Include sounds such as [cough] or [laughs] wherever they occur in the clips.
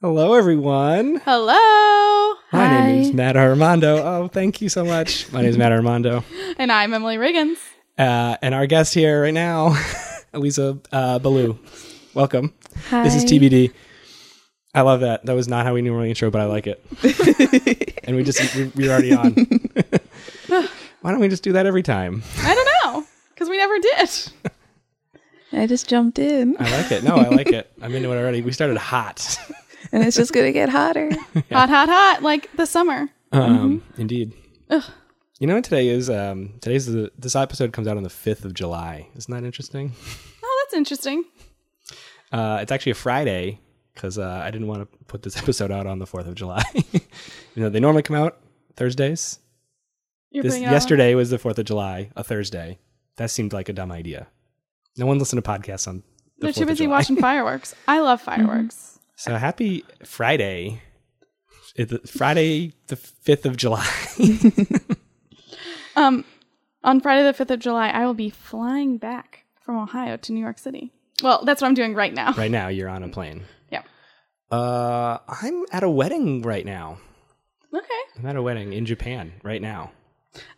Hello, everyone. Hello. My name is Matt Armando. Oh, thank you so much. My name is Matt Armando. And I'm Emily Riggins. Uh, and our guest here right now, [laughs] Elisa uh, Ballou. Welcome. Hi. This is TBD. I love that. That was not how we normally intro, but I like it. and we just, we, we were already on. Why don't we just do that every time? I don't know, because we never did. I just jumped in, I like it. No, I like it. I'm into it already. We started hot. and it's just gonna [laughs] get hotter. Hot, hot, hot, like the summer. Um, Indeed. You know what today is? Um, today's the, this episode comes out on the 5th of July. Isn't that interesting? Oh, that's interesting. Uh, it's actually a Friday because uh, I didn't want to put this [laughs] episode out on the 4th of July. [laughs] you know, they normally come out Thursdays. You're This putting it out yesterday was the 4th of July, a Thursday. That seemed like a dumb idea. No one listened to podcasts on on- the They're 4th too of busy July. watching fireworks. I [laughs] love fireworks. So happy Friday. It- Friday the 5th of July. [laughs] Um, on Friday the 5th of July, I will be flying back from Ohio to New York City. Well, that's what I'm doing right now. right now you're on a plane. Yeah. Uh, I'm at a wedding right now. Okay. I'm at a wedding in Japan right now.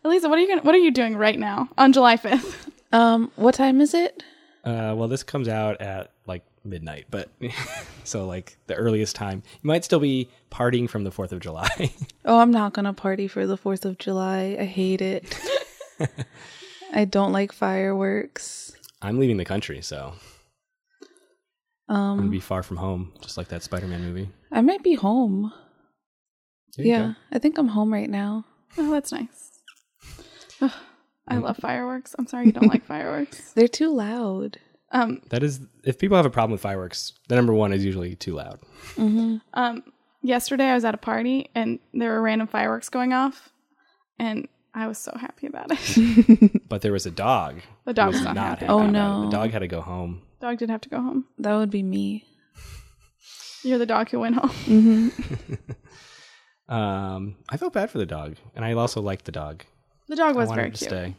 Elisa, what are you gonna, what are you doing right now on July 5th? Um, what time is it? Uh, well, this comes out at like midnight, but [laughs] so like the earliest time. You might still be partying from the 4th of July. [laughs] Oh, I'm not gonna party for the Fourth of July. I [laughs] hate it. I don't like fireworks. I'm leaving the country, so I'm going to Um, be far from home, just like that Spider Man movie. I might be home. There you yeah, go. I think I'm home right now. Oh, that's nice. Ugh, I love fireworks. I'm sorry you don't like [laughs] fireworks. They're too loud. Um, That is, if people have a problem with fireworks, the number one is usually too [laughs] loud. Mm-hmm. hmm Um, yesterday I was at a party and there were random fireworks going off, and I was so happy about it. But there was a dog. The who dog was not happy. Oh, about it. no. The dog had to go home. Dog did have to go home. That would be me. You're the dog who went home. [laughs] Mm-hmm. hmm Um, I felt bad for the dog, and I also liked the dog. The dog was I wanted very to cute. stay.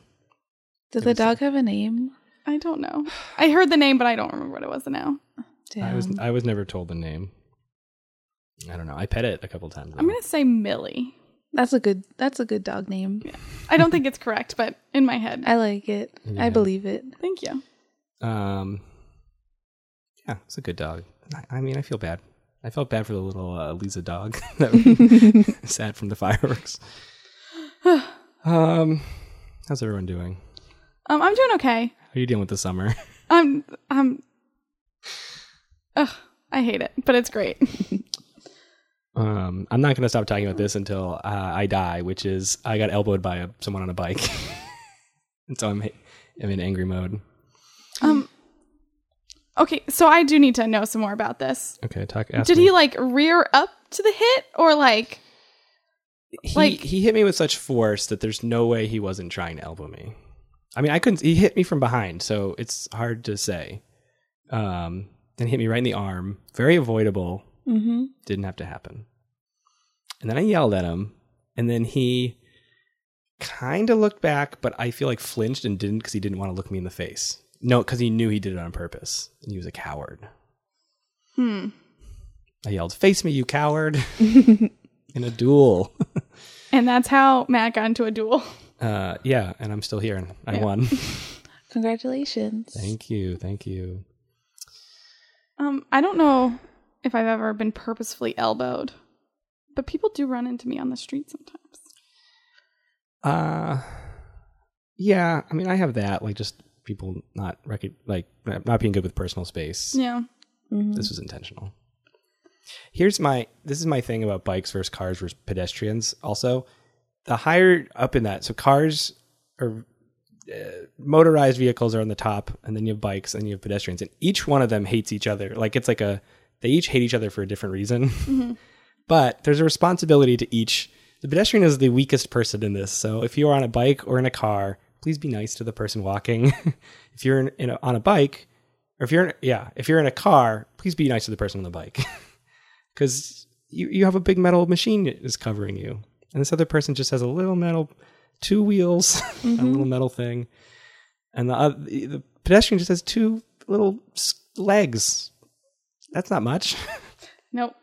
Did It the was- dog have a name? I don't know. I heard the name, but I don't remember what it was now. Damn. I was I was never told the name. I don't know. I pet it a couple times. I'm gonna say Millie. that's a good. That's a good dog name. I don't think it's correct, but in my head, I like it. Yeah. I believe it. thank you. Um, yeah, it's a good dog. I, I mean, I feel bad. I felt bad for the little uh, Lisa dog [laughs] that [laughs] was sad from the fireworks. um, how's everyone doing? Um, I'm doing okay. How are you dealing with the summer? I'm I'm. Ugh, I hate it, but it's great. Um, I'm not going to stop talking about this until uh, I die, which is I got elbowed by a, someone on a bike, [laughs] and so I'm I'm in angry mode. Um. Okay, so I do need to know some more about this. Okay, talk. Ask Did me. he like rear up to the hit or like he, Like- he hit me with such force that there's no way he wasn't trying to elbow me. I mean, I couldn't. He hit me from behind, so it's hard to say. Um, then hit me right in the arm. Very avoidable. Mm-hmm. Didn't have to happen. And then I yelled at him, and then he kind of looked back, but I feel like flinched and didn't because he didn't want to look me in the face. No, because he knew he did it on purpose, and he was a coward. hmm I yelled, "Face me, you coward!" [laughs] in a duel. [laughs] and that's how Matt got into a duel. [laughs] Uh, yeah, and I'm still here, and I Yeah. won. [laughs] Congratulations. Thank you. Thank you. Um I don't know if I've ever been purposefully elbowed. But people do run into me on the street sometimes. Uh yeah, I mean I have that like just people not rec- like not being good with personal space. Yeah. Mhm. This was intentional. Here's my this is my thing about bikes versus cars versus pedestrians also. The higher up in that, so cars or uh, motorized vehicles are on the top and then you have bikes and you have pedestrians and each one of them hates each other. Like it's like a they each hate each other for a different reason. [laughs] but there's a responsibility to each. The pedestrian is the weakest person in this. So if you are on a bike or in a car, please be nice to the person walking. [laughs] if you're in, in a, on a bike, or if you're in, yeah, if you're in a car, please be nice to the person on the bike, [laughs] because you you have a big metal machine is covering you, and this other person just has a little metal two wheels, [laughs] Mm-hmm. a little metal thing, and the oth- the pedestrian just has two little s- legs. That's not much. [laughs] Nope.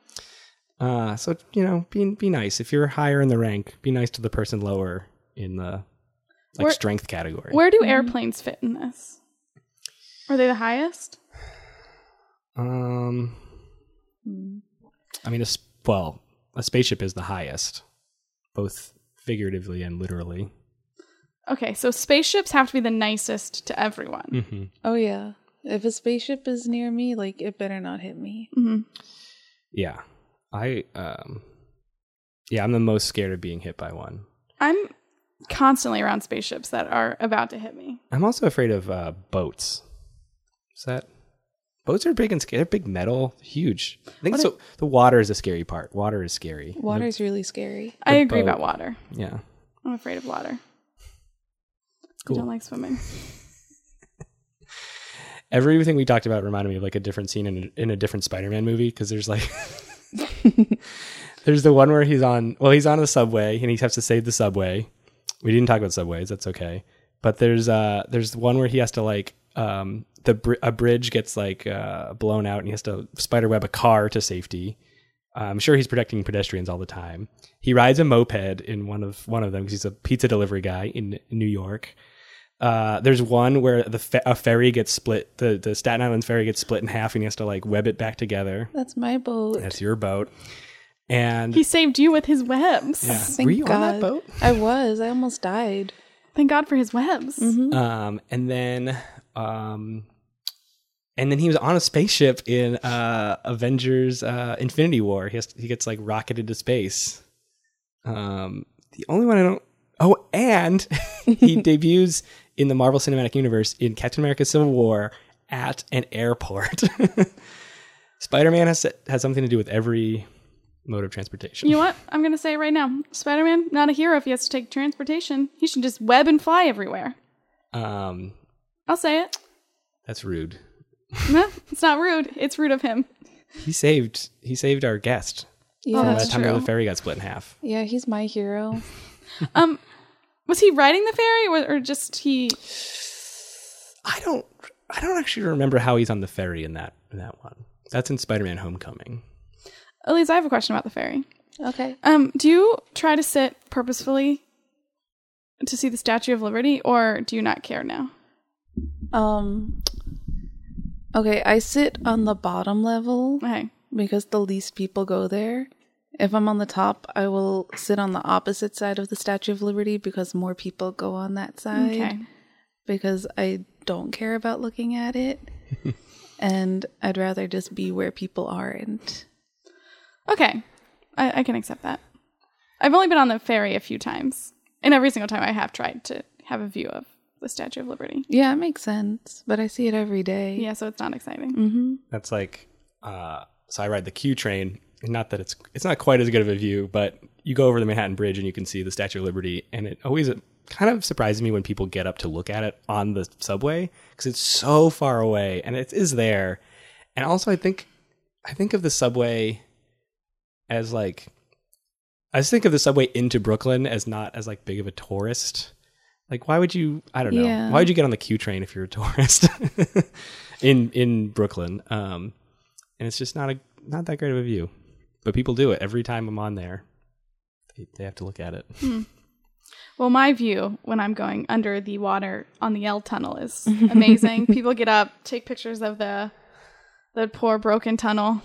Uh, so you know, be be nice. If you're higher in the rank, be nice to the person lower in the like Where- strength category. Where do Mhm. airplanes fit in this? Are they the highest? um, Mm. I mean, a s well, a spaceship is the highest, both figuratively and literally. Okay, so spaceships have to be the nicest to everyone. Mm-hmm. Oh yeah. If a spaceship is near me, like it better not hit me. hmm Yeah, I um, yeah, I'm the most scared of being hit by one. I'm constantly around spaceships that are about to hit me. I'm also afraid of uh, boats. Is that boats are big and scary? They're big metal, huge. I think What so. the water is the scary part. Water is scary. Water's really scary. I agree boat. about water. Yeah. I'm afraid of water. Cool. I don't like swimming. Everything we talked about reminded me of like a different scene in a, in a different Spider-Man movie because there's like [laughs] there's the one where he's on well he's on the subway and he has to save the subway. We didn't talk about subways. That's okay. But there's uh there's one where he has to like um the br- a bridge gets like uh blown out and he has to spiderweb a car to safety. Uh, I'm sure he's protecting pedestrians all the time. He rides a moped in one of one of them because he's a pizza delivery guy in New York. Uh, there's one where the fe- a ferry gets split. The the Staten Island ferry gets split in half, and he has to like web it back together. That's my boat. That's your boat. And He saved you with his webs. yeah. Thank were you on that God. boat? I was. I almost died. Thank God for his webs. Um, and then, um, and then he was on a spaceship in uh, Avengers: uh, Infinity War. He has, he gets like rocketed to space. Um, the only one I don't. Oh, and [laughs] [laughs] he debuts in the Marvel Cinematic Universe in Captain America: Civil War at an airport. [laughs] Spider-Man has has something to do with every mode of transportation. You know what? I'm going to say it right now Spider Man, not a hero if he has to take transportation. He should just web and fly everywhere. um, I'll say it. that's rude. no, it's not rude. It's rude [laughs] of him. He saved he saved our guest Yeah. by that's the time the true. ferry got split in half. yeah, he's my hero. Um, was he riding the ferry or, or just he? I don't I don't actually remember how he's on the ferry in that in that one. That's in Spider-Man Homecoming. At least I have a question about the ferry. Okay. Um, do you try to sit purposefully to see the Statue of Liberty, or do you not care now? Um Okay, I sit on the bottom level Okay, because the least people go there. If I'm on the top, I will sit on the opposite side of the Statue of Liberty because more people go on that side okay. because I don't care about looking at it. [laughs] and I'd rather just be where people aren't. Okay, I, I can accept that. I've only been on the ferry a few times, and every single time I have tried to have a view of the Statue of Liberty. Yeah, it makes sense, but I see it every day. Yeah, so it's not exciting. Mhm. That's like uh so I ride the Q train. Not that it's it's not quite as good of a view, but you go over the Manhattan Bridge and you can see the Statue of Liberty and it always kind of surprises me when people get up to look at it on the subway cuz it's so far away and it is there. And also I think I think of the subway as like I just think of the subway into Brooklyn as not as like big of a tourist. Like why would you I don't know. Yeah. Why would you get on the Q train if you're a [laughs] tourist in in Brooklyn? Um and it's just not a not that great of a view. But people do it every time I'm on there. They, they have to look at it. Well, my view when I'm going under the water on the L tunnel is amazing. People get up, take pictures of the the poor broken tunnel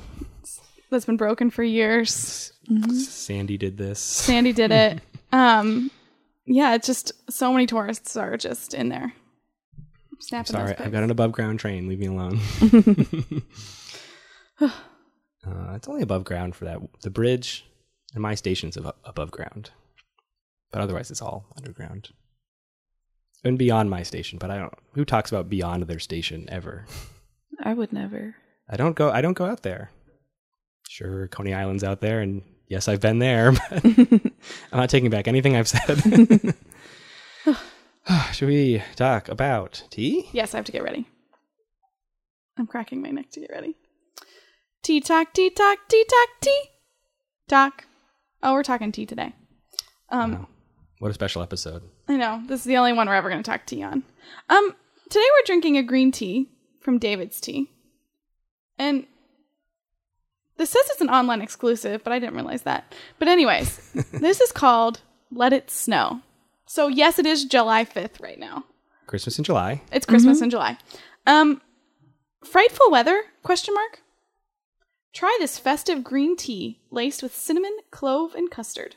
that's been broken for years. Sandy did this. Sandy did it. Um, yeah, it's just so many tourists are just in there. Snapping Sorry, those I've got an above ground train. Leave me alone. [laughs] uh, it's only above ground for that. The bridge and my station's ab- above ground, but otherwise it's all underground. And beyond my station, but I don't. Who talks about beyond their station ever? I would never. I don't go. I don't go out there. Sure, Coney Island's out there, and yes, I've been there. [laughs] But I'm not taking back anything I've said. [sighs] Should we talk about tea? Yes, I have to get ready. I'm cracking my neck to get ready. Tea talk, tea talk, tea talk, tea talk. Oh, we're talking tea today. Um, Wow. What a special episode. I know. This is the only one we're ever going to talk tea on. Um, today we're drinking a green tea from David's Tea. And This says it's an online exclusive, but I didn't realize that. But, anyways, this is called Let It Snow. So, yes, it is July 5th right now. Christmas in July. It's Christmas in July. Um, frightful weather? Question mark. Try this festive green tea laced with cinnamon, clove, and custard.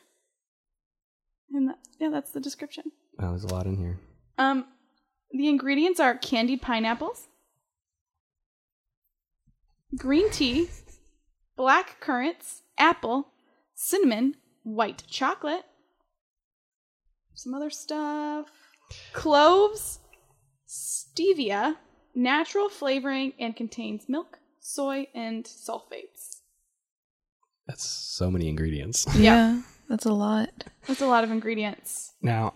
And that, yeah, that's the description. Wow, there's a lot in here. Um, the ingredients are candied pineapples, green tea, black currants, apple, cinnamon, white chocolate, some other stuff, cloves, stevia, natural flavoring, and contains milk, soy, and sulfates. That's so many ingredients. [laughs] Yeah, that's a lot. That's a lot of ingredients. Now,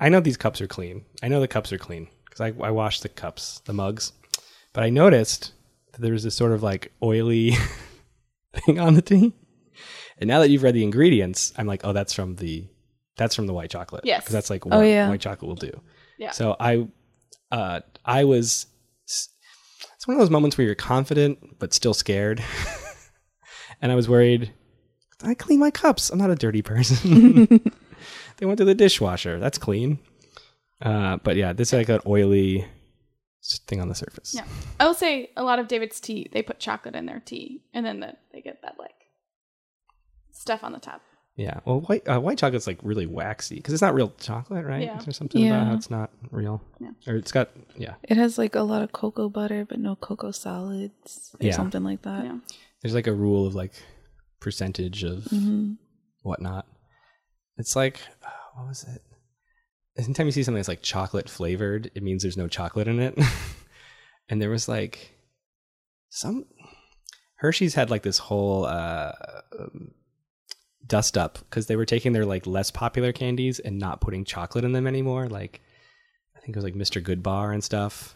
I know these cups are clean. I know the cups are clean because I, I washed the cups, the mugs. But I noticed that there was this sort of like oily [laughs] thing on the tea. And now that you've read the ingredients, I'm like, oh, that's from the that's from the white chocolate. Yes. because that's like what Oh, yeah. white chocolate will do. Yeah. So I, uh, I was. It's one of those moments where you're confident but still scared, [laughs] and I was worried. I clean my cups. I'm not a dirty person. [laughs] they went to the dishwasher. That's clean. Uh, but yeah, this is like an oily s- thing on the surface. Yeah. I will say a lot of David's tea, they put chocolate in their tea, and then the, they get that like stuff on the top. Yeah. Well, white uh, white chocolate's like really waxy because it's not real chocolate, right? Yeah. Is there something about Yeah. how it's not real? Yeah. Or it's got yeah. It has like a lot of cocoa butter, but no cocoa solids or Yeah. something like that. Yeah. There's like a rule of like percentage of Mm-hmm. hmm whatnot. It's like [sighs] uh, what was it? Anytime you see something that's like chocolate flavored, it means there's no chocolate in it. [laughs] and there was like some Hershey's had like this whole uh, um, dust up because they were taking their like less popular candies and not putting chocolate in them anymore. Like I think it was like Mr. Goodbar and stuff.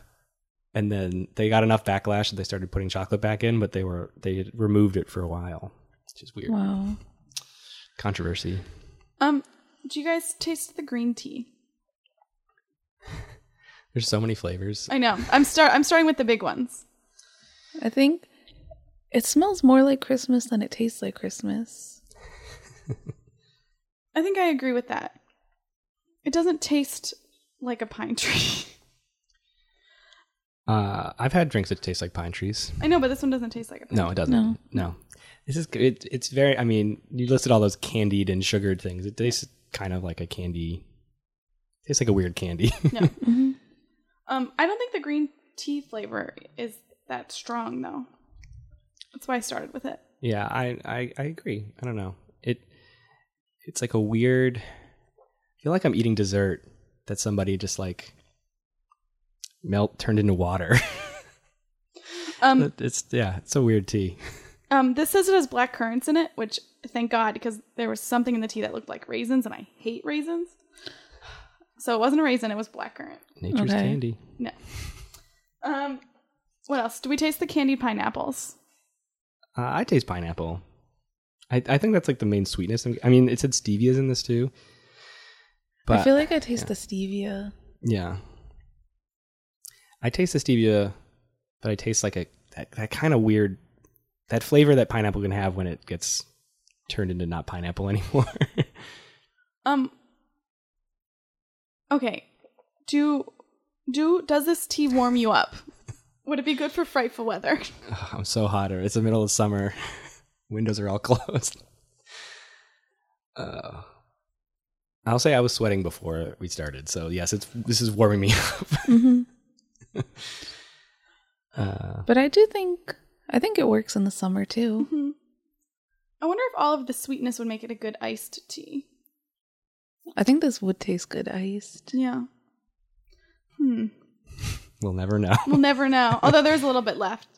And then they got enough backlash that they started putting chocolate back in, but they were they had removed it for a while, which is weird. Wow. Controversy. Um, do you guys taste the green tea? There's so many flavors. I know. I'm start I'm starting with the big ones. I think it smells more like Christmas than it tastes like Christmas. I think I agree with that. It doesn't taste like a pine [laughs] tree. Uh, I've had drinks that taste like pine trees. I know, but this one doesn't taste like a pine No, it doesn't. No. This is it, it's very. I mean, you listed all those candied and sugared things. It tastes kind of like a candy. Tastes like a weird candy. [laughs] tree. No. Mhm. Um, I don't think the green tea flavor is that strong though. That's why I started with it. yeah, I, I I agree. I don't know. It it's like a weird. I feel like I'm eating dessert that somebody just like melt turned into water. Um, [laughs] it's yeah, it's a weird tea. Um, this says it has black currants in it, which thank God because there was something in the tea that looked like raisins, and I hate raisins. So it wasn't a raisin; it was black currant. Nature's Okay. candy. No. Um, what else? Do we taste the candied pineapples? Uh, I taste pineapple. I, I think that's like the main sweetness. I mean, it said stevia's in this too. But I feel like I taste [laughs] the stevia. yeah, I taste the stevia, but I taste like a that, that kind of weird that flavor that pineapple can have when it gets turned into not pineapple [laughs] anymore. Um. Okay. Do do does this tea warm you up? Would it be good for frightful weather? [laughs] Ugh, I'm so hot. It's the middle of summer. [laughs] Windows are all [laughs] closed. Uh, I'll say I was sweating before we started, so yes, it's this is warming me [laughs] up. Mhm. Uh, But I do think I think it works in the summer too. Mhm. I wonder if all of the sweetness would make it a good iced tea. I think this would taste good iced. Yeah. Hmm. we'll never know. We'll never know. Although there's a little bit left.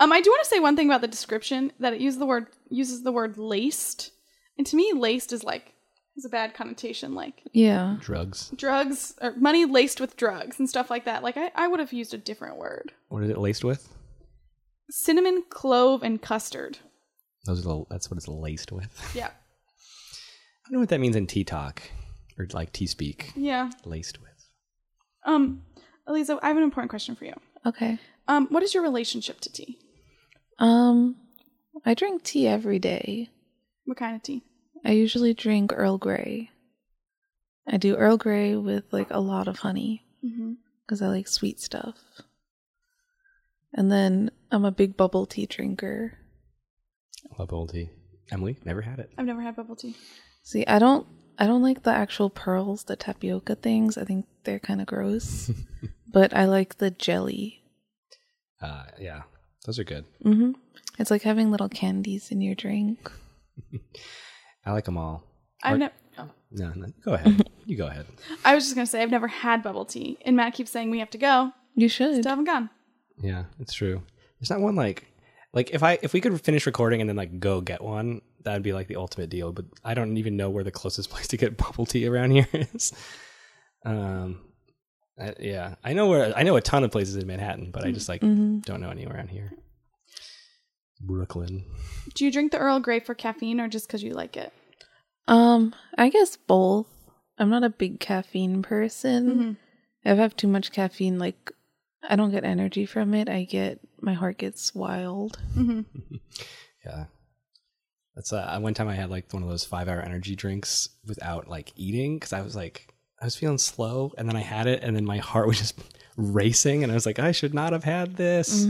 Um, I do want to say one thing about the description that it uses the word uses the word laced, and to me, laced is like is a bad connotation, like Yeah. Drugs. drugs or money laced with drugs and stuff like that. Like I, I would have used a different word. What is it laced with? Cinnamon, clove, and custard. Those are the, that's what it's laced with. I Yeah, don't know what that means in tea talk or like tea speak. yeah. Laced with. Um, Elisa, I have an important question for you. Okay. Um, what is your relationship to tea? Um I drink tea every day. What kind of tea? I usually drink Earl Grey. I do Earl Grey with like a lot of honey Mm-hmm. because I like sweet stuff. And then I'm a big bubble tea drinker. Love old tea. Emily, never had it. I've never had bubble tea. See, I don't I don't like the actual pearls, the tapioca things. I think they're kind of [laughs] gross. but I like the jelly. Uh, yeah, those are good. Mhm. It's like having little candies in your drink. I like them all. I've Or- never. No, no, go [laughs] ahead. you go ahead. I was just gonna say I've never had bubble tea, and Matt keeps saying we have to go. You should. Still haven't gone. Yeah, it's true. There's not one like like if I if we could finish recording and then like go get one, that'd be like the ultimate deal. But I don't even know where the closest [laughs] place to get bubble tea around here is. Um, I- yeah, I know where I know a ton of places in Manhattan, but I just like Mhm. don't know any around here. Brooklyn. [laughs] Do you drink the Earl Grey for caffeine or just because you like it? Um, I guess both. I'm not a big caffeine person. Mm-hmm. If I have too much caffeine, like I don't get energy from it. I get my heart gets wild. Mm-hmm. Yeah. That's uh one time I had like one of those five hour energy drinks without like eating because I was like I was feeling slow and then I had it and then my heart [laughs] was just racing and I was like, I should not have had this.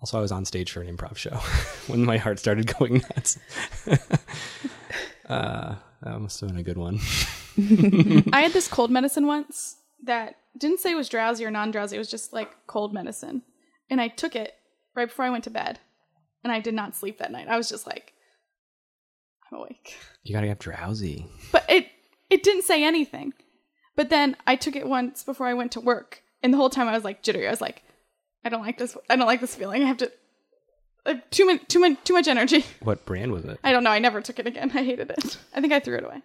Also I was on stage for an improv show [laughs] when my heart started going nuts. [laughs] uh that must have been a good one. I had this cold medicine once that didn't say it was drowsy or non drowsy. It was just like cold medicine. And I took it right before I went to bed. And I did not sleep that night. I was just like, I'm awake. You gotta get drowsy. But it it didn't say anything. But then I took it once before I went to work. And the whole time I was like jittery. I was like, I don't like this. I don't like this feeling. I have to. I have too much, too much, too much energy. [laughs] What brand was it? I don't know. I never took it again. [laughs] I hated it. I think I threw it away.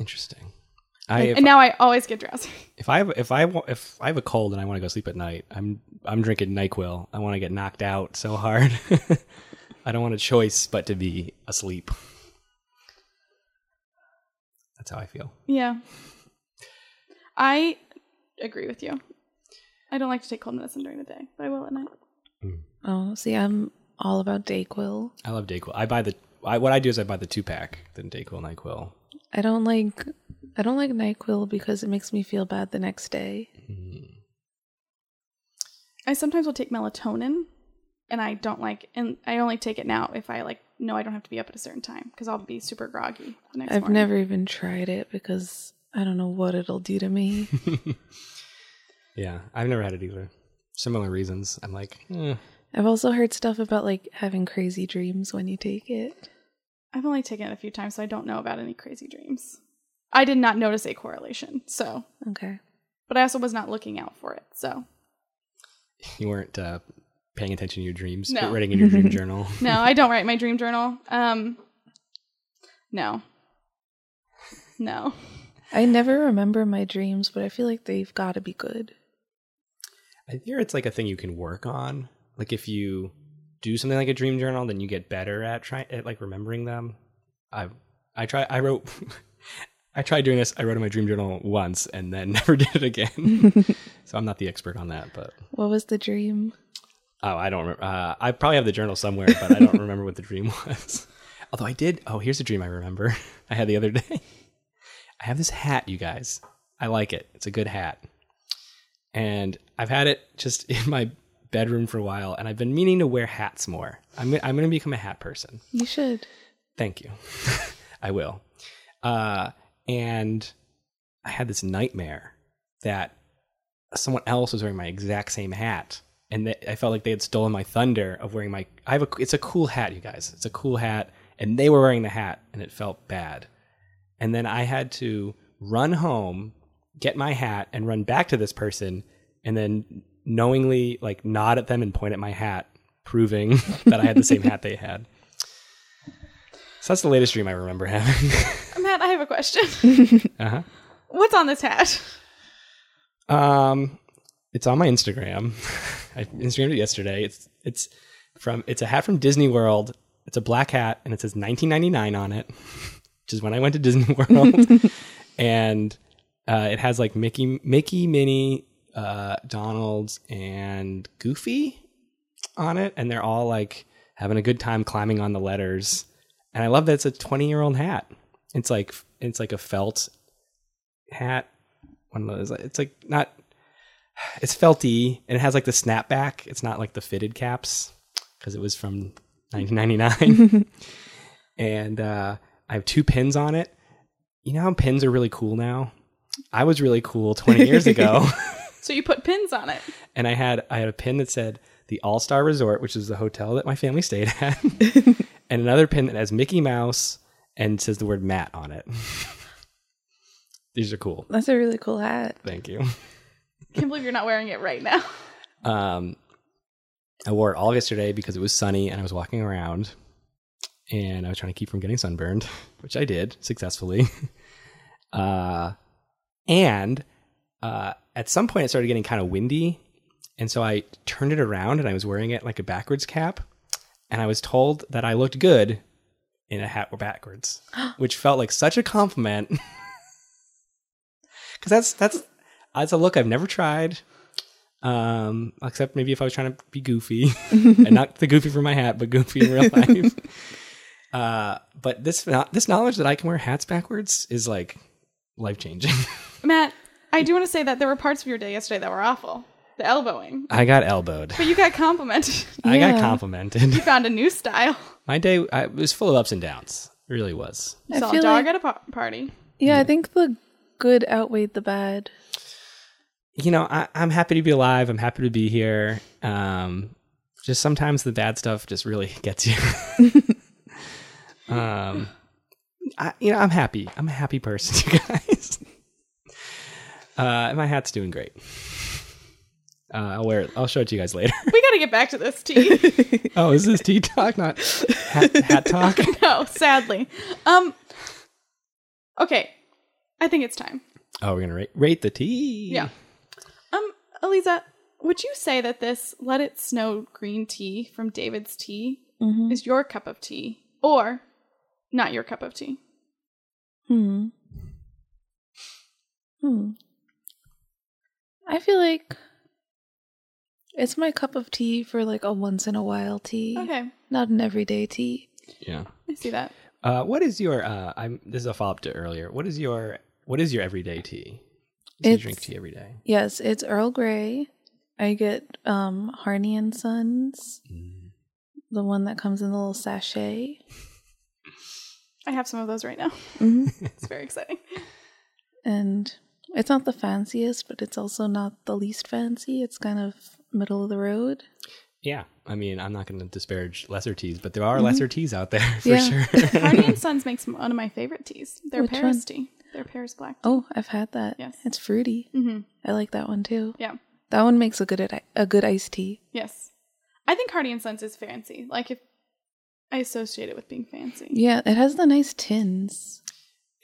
Interesting. I if, and now I always get drowsy. [laughs] if I have if I wa- if I have a cold and I want to go sleep at night, I'm I'm drinking Nyquil. I want to get knocked out so hard. [laughs] I don't want a choice but to be asleep. That's how I feel. Yeah. I agree with you. I don't like to take cold medicine during the day, but I will at night. Oh, see, I'm all about Dayquil. I love Dayquil. I buy the I, what I do is I buy the two pack, then Dayquil, Nyquil. I don't like I don't like Nyquil because it makes me feel bad the next day. I sometimes will take melatonin, and I don't like, and I only take it now if I like know I don't have to be up at a certain time because I'll be super groggy the next I've morning. never even tried it because I don't know what it'll do to me. [laughs] Yeah, I've never had it either. Similar reasons. I'm like, eh. I've also heard stuff about like having crazy dreams when you take it. I've only taken it a few times, so I don't know about any crazy dreams. I did not notice a correlation, so, Okay. but I also was not looking out for it, so. you weren't uh, paying attention to your dreams, No. writing in your dream journal. No, I don't write my dream journal. Um, no. No. I never remember my dreams, but I feel like they've got to be good. I hear it's like a thing you can work on. Like if you do something like a dream journal, then you get better at trying at like remembering them. I I try I wrote [laughs] I tried doing this. I wrote in my dream journal once and then [laughs] never did it again. so I'm not the expert on that, but What was the dream? oh, I don't remember. Uh, I probably have the journal somewhere, but I don't remember what the dream was. [laughs] Although I did. Oh, here's a dream I remember. [laughs] I had the other day. [laughs] I have this hat, you guys. I like it. It's a good hat. And I've had it just [laughs] in my bedroom for a while, and I've been meaning to wear hats more. I'm, I'm going to become a hat person. You should. Thank you. [laughs] I will. Uh, and I had this nightmare that someone else was wearing my exact same hat, and that I felt like they had stolen my thunder of wearing my. I have a. It's a cool hat, you guys. It's a cool hat, and they were wearing the hat, and it felt bad. And then I had to run home, get my hat, and run back to this person, and then knowingly like nod at them and point at my hat, proving [laughs] that I had the same hat they had. So that's the latest dream I remember having. Matt, I have a question. Uh-huh. What's on this hat? Um, it's on my Instagram. I Instagrammed it yesterday. It's it's from it's a hat from Disney World. It's a black hat, and it says 1999 on it, which is when I went to Disney [laughs] World. and uh, it has like Mickey, Mickey, Minnie, uh, Donald, and Goofy on it, and they're all like having a good time climbing on the letters. And I love that it's a 20 year old hat. It's like it's like a felt hat. One of those. It's like not. It's felty and it has like the snapback. It's not like the fitted caps because it was from 1999. [laughs] and uh, I have two pins on it. You know how pins are really cool now. I was really cool 20 years ago. [laughs] So you put pins on it. and I had I had a pin that said the All Star Resort, which is the hotel that my family stayed at, [laughs] and another pin that has Mickey Mouse and says the word Matt on it. [laughs] These are cool. That's a really cool hat. Thank you. Can't believe you're not wearing it right now. [laughs] Um, I wore it all yesterday because it was sunny and I was walking around, and I was trying to keep from getting sunburned, [laughs] which I did successfully. [laughs] Uh, and uh, at some point, it started getting kind of windy, and so I turned it around and I was wearing it like a backwards cap, and I was told that I looked good in a hat backwards, which felt like such a compliment. [laughs] Because that's that's that's a look I've never tried. Um, except maybe if I was trying to be goofy, [laughs] and not the goofy from my hat, but goofy in real [laughs] life. uh, but this this knowledge that I can wear hats backwards is like life changing. Matt, I do want to say that there were parts of your day yesterday that were awful. The elbowing. I got elbowed. But you got complimented. [laughs] I got Yeah. you complimented. found a new style. My day I, it was full of ups and downs. It really was. You I saw a feel dog like- at a pa- party. Yeah, I think the good outweighed the bad. You know, I, I'm happy to be alive. I'm happy to be here. Um, just sometimes the bad stuff just really [laughs] gets you. um, I, you know, I'm happy. I'm a happy person, [laughs] you guys. Uh, and my hat's doing great. Uh, I'll wear it. I'll show it to you guys later. [laughs] We got to get back to this [laughs] tea. oh, is this tea talk, not hat, hat talk? [laughs] no, sadly. Um. Okay, I think it's time. Oh, we're gonna rate, rate the tea. Yeah. Um, Eliza, would you say that this "Let It Snow" green tea from David's Tea Mhm. is your cup of tea, or not your cup of tea? Hmm. Hmm. I feel like it's my cup of tea for like a once in a while tea, Okay, not an everyday tea. Yeah. I see that. Uh, what is your? Uh, I'm. This is a follow up to earlier. What is your? What is your everyday tea? Do you It's- drink tea every day? Yes, it's Earl Grey. I get um Harney and Sons, Mm. the one that comes in the little sachet. I have some of those right now. [laughs] hmm It's very [laughs] exciting. and it's not the fanciest, but it's also not the least fancy. It's kind of middle of the road. Yeah. I mean, I'm not going to disparage lesser teas, but there are Mhm. lesser teas out there [laughs] for Yeah. [laughs] sure. Hardy and Sons makes one of my favorite teas. Their Which Paris one? tea. Their Paris black tea. Oh, I've had that. Yes. it's fruity. Mm-hmm. I like that one too. Yeah. That one makes a good ad- a good iced tea. Yes. I think Hardy and Sons is fancy. Like if I associate it with being fancy. Yeah, it has the nice tins.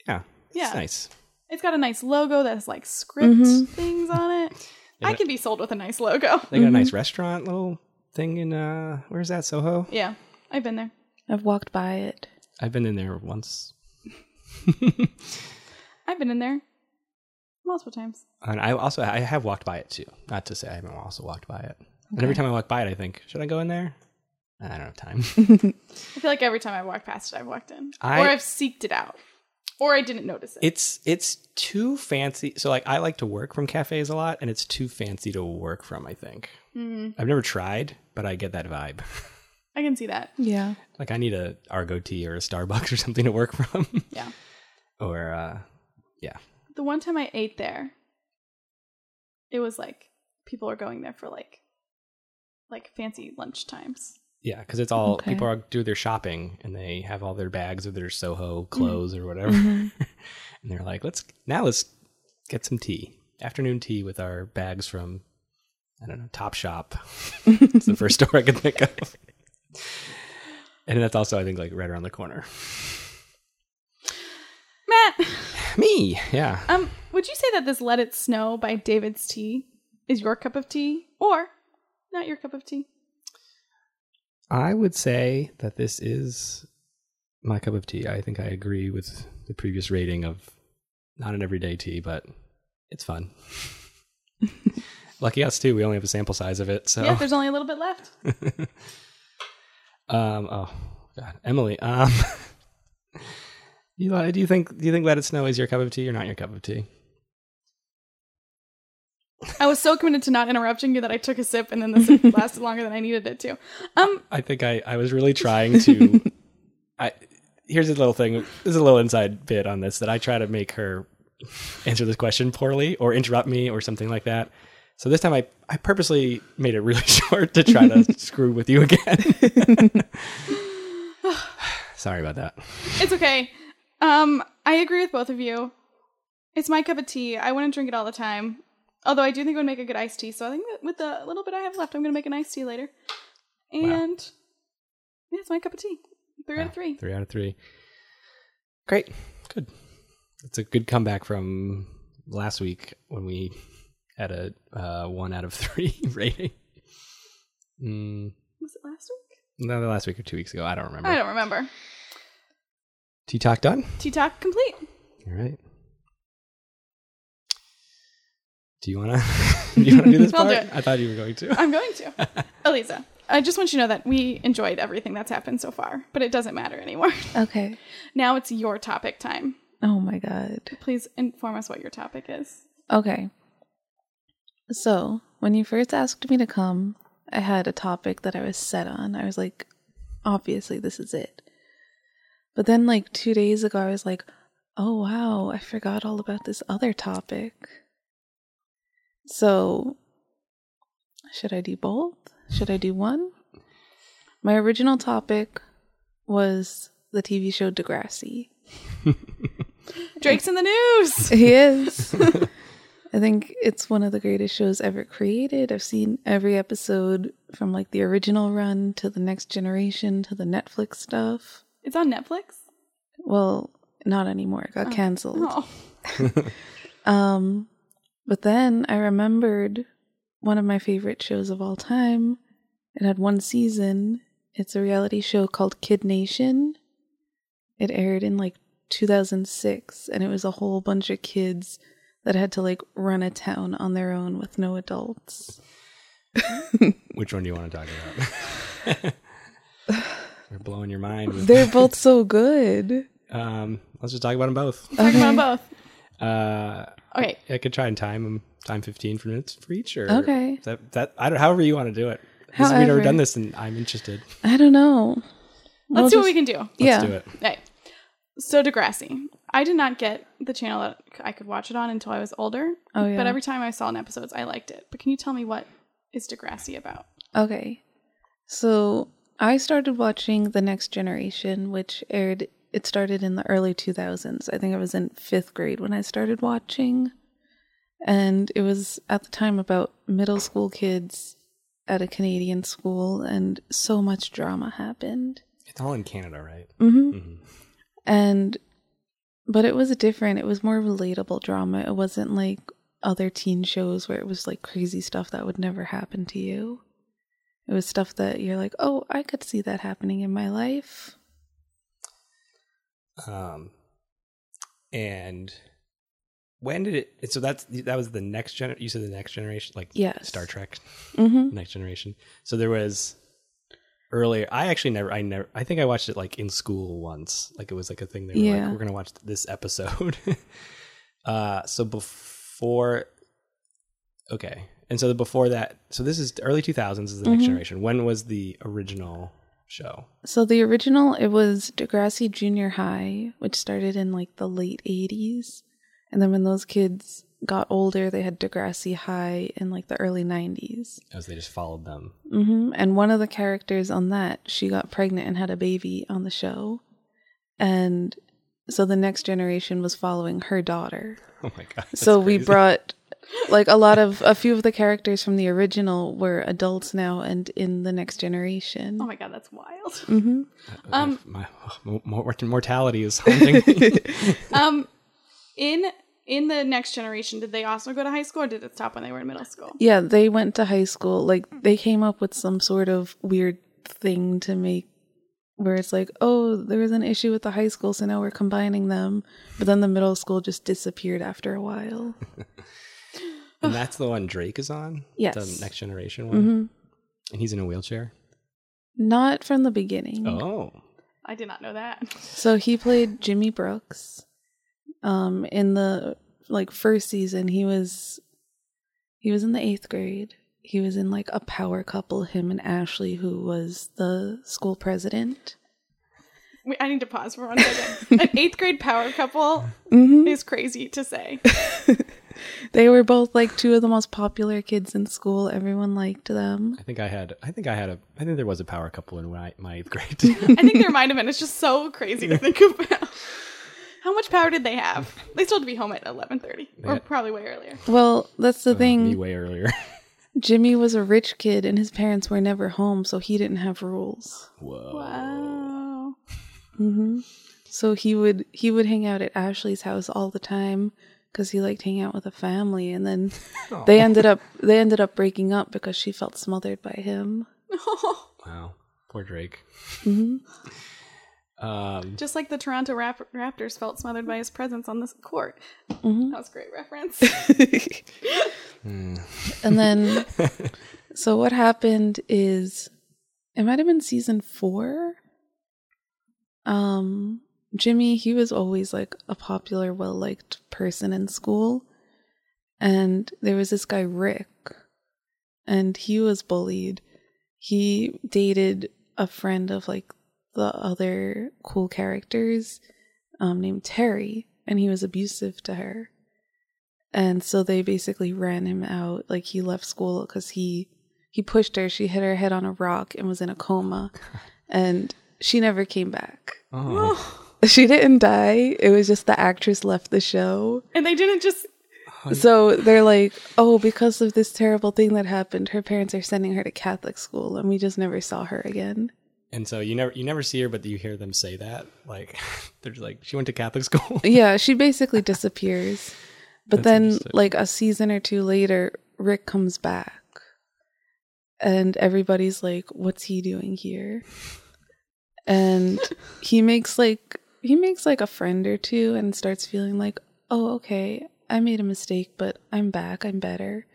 yeah. Yeah. It's nice. It's got a nice logo that has like script Mhm. things on it. Yeah. I can be sold with a nice logo. They got a nice restaurant little thing in uh where's that Soho? Yeah. I've been there. I've walked by it. I've been in there once. I've been in there multiple times. And I also I have walked by it too. Not to say I haven't also walked by it. And every time I walk by it, I think, should I go in there? I don't have time. I feel like every time I walk past it, I've walked in. I- or I've seeked it out. Or I didn't notice it. it's it's too fancy. So like I like to work from cafes a lot, and it's too fancy to work from. I think Mhm. I've never tried, but I get that vibe. I can see that. Yeah, Like I need a Argo tea or a Starbucks or something to work from. Yeah. [laughs] or uh, The one time I ate there, it was like people are going there for like like fancy lunch times. yeah, because it's all Okay. people are do their shopping and they have all their bags of their Soho clothes or whatever, Mm-hmm. and they're like, let's now let's get some tea, afternoon tea with our bags from I don't know Top Shop. [laughs] it's the first store I can think of. And that's also, I think, like right around the corner. Matt, Me, yeah. um, would you say that this "Let It Snow" by David's Tea is your cup of tea, or not your cup of tea? I would say that this is my cup of tea. I think I agree with the previous rating of not an everyday tea, but it's fun. Lucky us too. We only have a sample size of it, so Yeah, there's only a little bit left. Um, oh God, Emily. Um, [laughs] you li- do you think do you think Let It Snow is your cup of tea or not your cup of tea? I was so committed to not interrupting you that I took a sip and then the sip [laughs] lasted longer than I needed it to. Um, I think I, I was really trying to. I here's a little thing. This is a little inside bit on this that I try to make her answer this question poorly or interrupt me or something like that. So this time I I purposely made it really [laughs] short to try to screw with you again. [sighs] Sorry about that. it's okay. Um, I agree with both of you. It's my cup of tea. I wouldn't drink it all the time. Although I do think it would make a good iced tea. So I think that with the little bit I have left, I'm going to make an iced tea later. And yeah, it's my cup of tea. Three out Wow, of three. Three out of three. Great. Good. That's a good comeback from last week when we had a uh, one out of three [laughs] rating. Mm, Was it last week? no, the last week or two weeks ago. I don't I remember. don't remember. Tea talk done. Tea talk complete. All right. Do you wanna? [laughs] do you wanna do this I'll part? do it. I thought you were going to. I'm going to. Eliza, I just want you to know that we enjoyed everything that's happened so far, but it doesn't matter anymore. [laughs] Okay. now it's your topic time. Oh my god. Please inform us what your topic is. Okay. So, when you first asked me to come, I had a topic that I was set on. I was like, obviously, this is it. But then, like, two days ago, I was like, oh, wow, I forgot all about this other topic. So, should I do both? Should I do one? My original topic was the TV show Degrassi. Drake's in the news. He is. [laughs] I think it's one of the greatest shows ever created. I've seen every episode from like the original run to the next generation to the Netflix stuff. It's on Netflix. Well, not anymore. It got canceled. Oh, Um, but then I remembered one of my favorite shows of all time. It had one season. It's a reality show called Kid Nation. It aired in like 2006, and it was a whole bunch of kids that had to like run a town on their own with [laughs] no adults. Which one do you want to talk about? [laughs] You're blowing your mind. With, They're both so good. um, let's just talk about them both. talking about 'em both. Uh, Okay, I could try and time them, time fifteen for minutes for each, or Okay. that that I don't. However you want to do it. This, we've never However. done this, and I'm interested. I don't know. let's We'll see what just- we can do. All Let's yeah. do it. right. So Degrassi. I did not get the channel that I could watch it on until I was older. Oh, yeah. But every time I saw an episode, I liked it. But can you tell me what is Degrassi about? Okay. So I started watching The Next Generation, which aired, it started in the early 2000s. I think I was in fifth grade when I started watching. And it was at the time about middle school kids at a Canadian school, and so much drama happened. It's all in Canada, right? Mm-hmm. Mhm. And, but it was different. It was more relatable drama. It wasn't like other teen shows where it was like crazy stuff that would never happen to you. It was stuff that you're like, oh, I could see that happening in my life. Um, and when did it? and So that's that was the next gen. You said the next generation, like Yes. Star Trek, [laughs] Mm-hmm. Next Generation. So there was earlier. I actually never. I never. I think I watched it like in school once. Like it was like a thing. They were Yeah. like, we're gonna watch this episode. [laughs] uh, so before, okay, and so the, before that, so this is early two thousands. Is the Next Mhm. Generation? When was the original show? So the original, it was Degrassi Junior High, which started in like the late 80s. And then when those kids got older, they had Degrassi High in like the early 90s. As they just followed them. [laughs] hmm And one of the characters on that, she got pregnant and had a baby on the show. And so the next generation was following her daughter. Oh my god. that's so we crazy. brought like a lot of a few of the characters from the original were adults now and in the next generation. Oh my god, that's [laughs] wild. hmm Um, my, my mor- mortality is [laughs] haunting me. um, in in the next generation, did they also go to high school, or did it stop when they were in middle school? Yeah, they went to high school. Like they came up with some sort of weird thing to make where it's like, oh, there was an issue with the high school, so now we're combining them. But then the middle school just disappeared after a while. and that's the one Drake is on. Yes. Mm-hmm. The next generation one. hmm And he's in a wheelchair. Not from the beginning. Oh, I did not know that. [laughs] So he played Jimmy Brooks. Um, in the like first season, he was he was in the eighth grade. He was in like a power couple, him and Ashley, who was the school president. Wait, I need to pause for one [laughs] second. An eighth grade power couple Mm-hmm. is crazy to say. They were both like two of the most popular kids in school. Everyone liked them. I think I had. I think I had a. I think there was a power couple in my, my eighth [laughs] grade. I think there might have been. It's just so crazy to think about. How much power did they have? They still had to be home at eleven thirty, or Yeah. probably way earlier. Well, that's the Uh, Me thing. way earlier. [laughs] Jimmy was a rich kid, and his parents were never home, so he didn't have rules. Whoa. Wow. [laughs] hmm So he would he would hang out at Ashley's house all the time because he liked hanging out with the family, and then Oh, they ended up they ended up breaking up because she felt smothered by him. Wow. Poor Drake. hmm Um, Just like the Toronto Rap- Raptors felt smothered by his presence on this court. Mhm. That was a great [laughs] reference. [laughs] Mm-hmm. hmm. And then, [laughs] so what happened is, it might have been season four. Um, Jimmy, he was always like a popular, well liked person in school. And there was this guy, Rick, and he was bullied. He dated a friend of like the other cool characters um, named Terry, and he was abusive to her. And so they basically ran him out. Like he left school because he he pushed her. She hit her head on a rock and was in a coma, and she never came back. [laughs] Oh. She didn't die. It was just the actress left the show. and they didn't just. So they're like, "Oh, because of this terrible thing that happened, her parents are sending her to Catholic school, and we just never saw her again." And so you never you never see her, but you hear them say that. Like [laughs] they're just like she went to Catholic [laughs] school. yeah, she basically disappears. But That's then, interesting. like a season or two later, Rick comes back, and everybody's like, "What's he doing here?" [laughs] And he makes like he makes like a friend or two, and starts feeling like, "Oh, okay, I made a mistake, but I'm back. I'm better."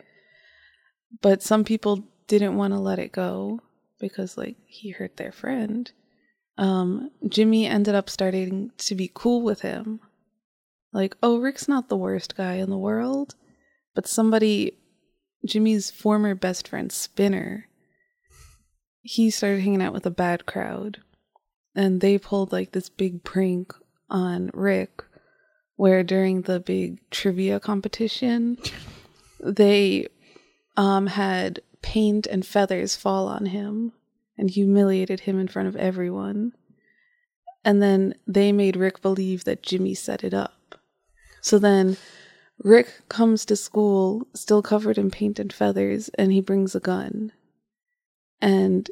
But some people didn't want to let it go because, like, he hurt their friend. Um, Jimmy ended up starting to be cool with him like, oh, Rick's not the worst guy in the world, but somebody, Jimmy's former best friend, Spinner, he started hanging out with a bad crowd. And they pulled like this big prank on Rick, where during the big trivia competition, they um, had paint and feathers fall on him and humiliated him in front of everyone. And then they made Rick believe that Jimmy set it up. So then Rick comes to school still covered in paint and feathers and he brings a gun. And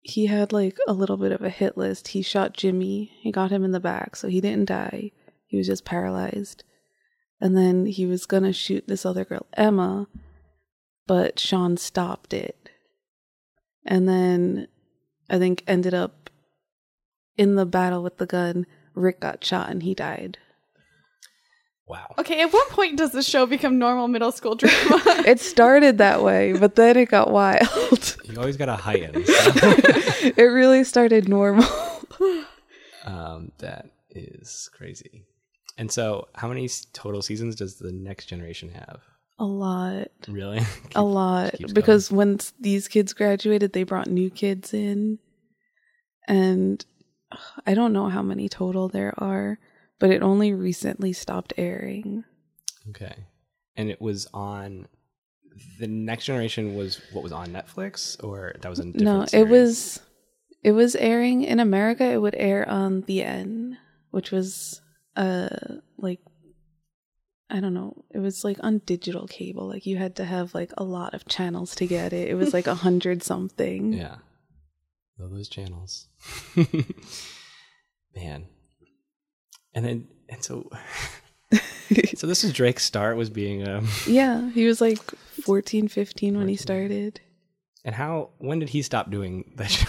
he had like a little bit of a hit list. He shot Jimmy, he got him in the back, so he didn't die. He was just paralyzed. And then he was gonna shoot this other girl, Emma, but Sean stopped it. And then I think ended up in the battle with the gun. Rick got shot and he died. Wow. Okay, at what point does the show become normal middle school [laughs] drama? It started that way, but then it got wild. You always got a high end. [laughs] it really started normal. um, that is crazy. And so, how many s- total seasons does the next generation have? A lot. [laughs] Really? A lot. keeps Because once these kids graduated, they brought new kids in. And ugh, I don't know how many total there are, but it only recently stopped airing. Okay. And it was on the next generation was what was on Netflix or that was a different no, series? it was it was airing in America. It would air on the N, which was uh like I don't know. It was like on digital cable. Like you had to have like a lot of channels to get it. It was [laughs] like a hundred something. Yeah. All those channels. [laughs] Man. And then and [laughs] so so this is Drake's start was being um Yeah, he was like 14, 15 when he 14. started. and how when did he stop doing that [laughs] show?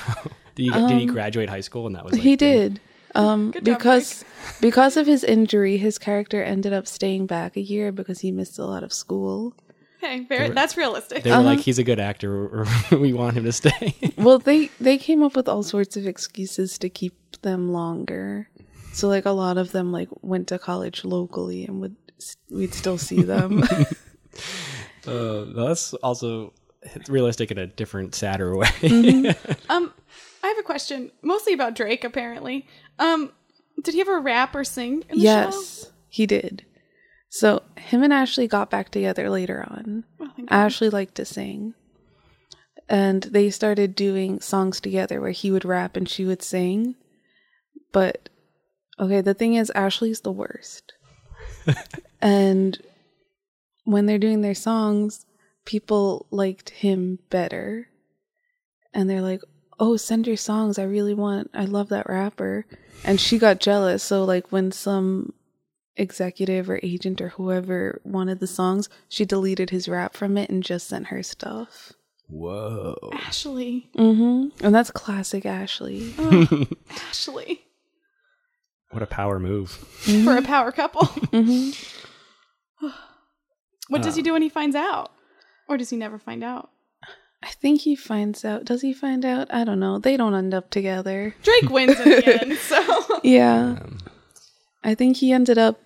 Did he, did he Um, graduate high school and that was like he the- did. Um Good job, because [laughs] because of his injury, his character ended up staying back a year because he missed a lot of school. Hey, very, were- that's realistic. They were like, Uh-huh. he's a good actor. [laughs] or- or we want him to stay. [laughs] Well, they they came up with all sorts of excuses to keep them longer. So like a lot of them like went to college locally and would s- we'd still see them. uh, that's also it's realistic in a different, sadder way. Um, I have a question, mostly about Drake. Apparently, um, did he ever rap or sing in the show? yes, he did. So him and Ashley got back together later on. Oh, thank God. Ashley liked to sing. And they started doing songs together where he would rap and she would sing. But okay, the thing is, Ashley's the [laughs] worst. and when they're doing their songs, people liked him better. And they're like, oh, send your songs. I really want, I love that rapper. And she got jealous. So, like, when some executive or agent or whoever wanted the songs, she deleted his rap from it and just sent her stuff. Whoa. Ashley, [laughs] Mm-hmm. And that's classic Ashley. Ugh, Ashley, What a power move. for a power couple. [laughs] hmm what does he Um, do when he finds out, or does he never find out? I think he finds out. Does he find out? I don't know. They don't end up together. Drake wins in the end, [laughs] so Yeah. Um, I think he ended up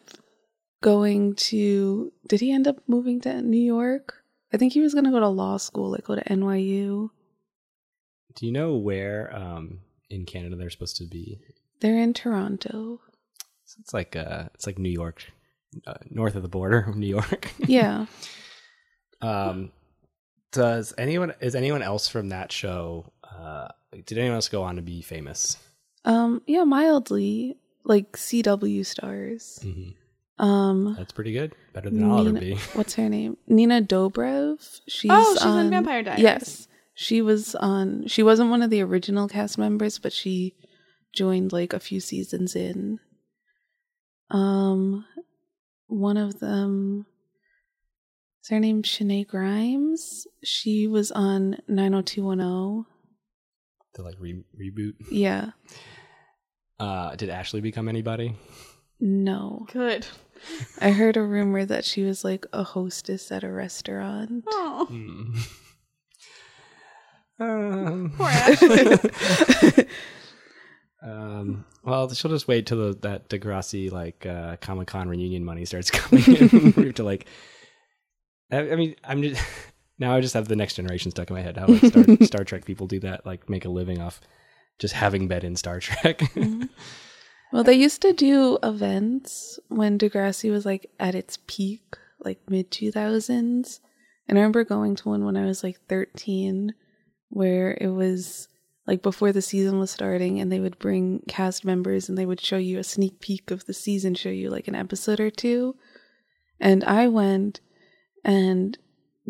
going to. Did he end up moving to New York? I think he was going to go to law school, like go to NYU. do you know where um, in Canada they're supposed to be? They're in Toronto. It's like uh, it's like New York, uh, north of the border of New York. [laughs] [laughs] Yeah. Um, does anyone is anyone else from that show? Uh, did anyone else go on to be famous? um. Yeah, mildly. Like CW stars. Mm. Um. That's pretty good. Better than I'll ever be. [laughs] What's her name? Nina Dobrev. She's oh, she's on on Vampire Diaries. um, Yes. She was on she wasn't one of the original cast members, but she joined like a few seasons in. Um one of them is her name Shanae Grimes. She was on 90210. To like re- reboot. Yeah. Uh, did Ashley become anybody? No. good. I heard a rumor that she was like a hostess at a restaurant. Oh, Hmm. [laughs] Um. Poor Ashley. [laughs] um, well, she'll just wait till the, that Degrassi like uh, Comic Con reunion money starts [laughs] coming in to like. I, I mean, I'm just [laughs] now I just have the next generation stuck in my head. How like [laughs] Star, Star Trek people do that, like make a living off just having bed in Star Trek. [laughs] Mm-hmm. Mhm. Well, they used to do events when Degrassi was like at its peak, like mid 2000s. And I remember going to one when I was like 13 where it was like before the season was starting and they would bring cast members and they would show you a sneak peek of the season, show you like an episode or two. And I went and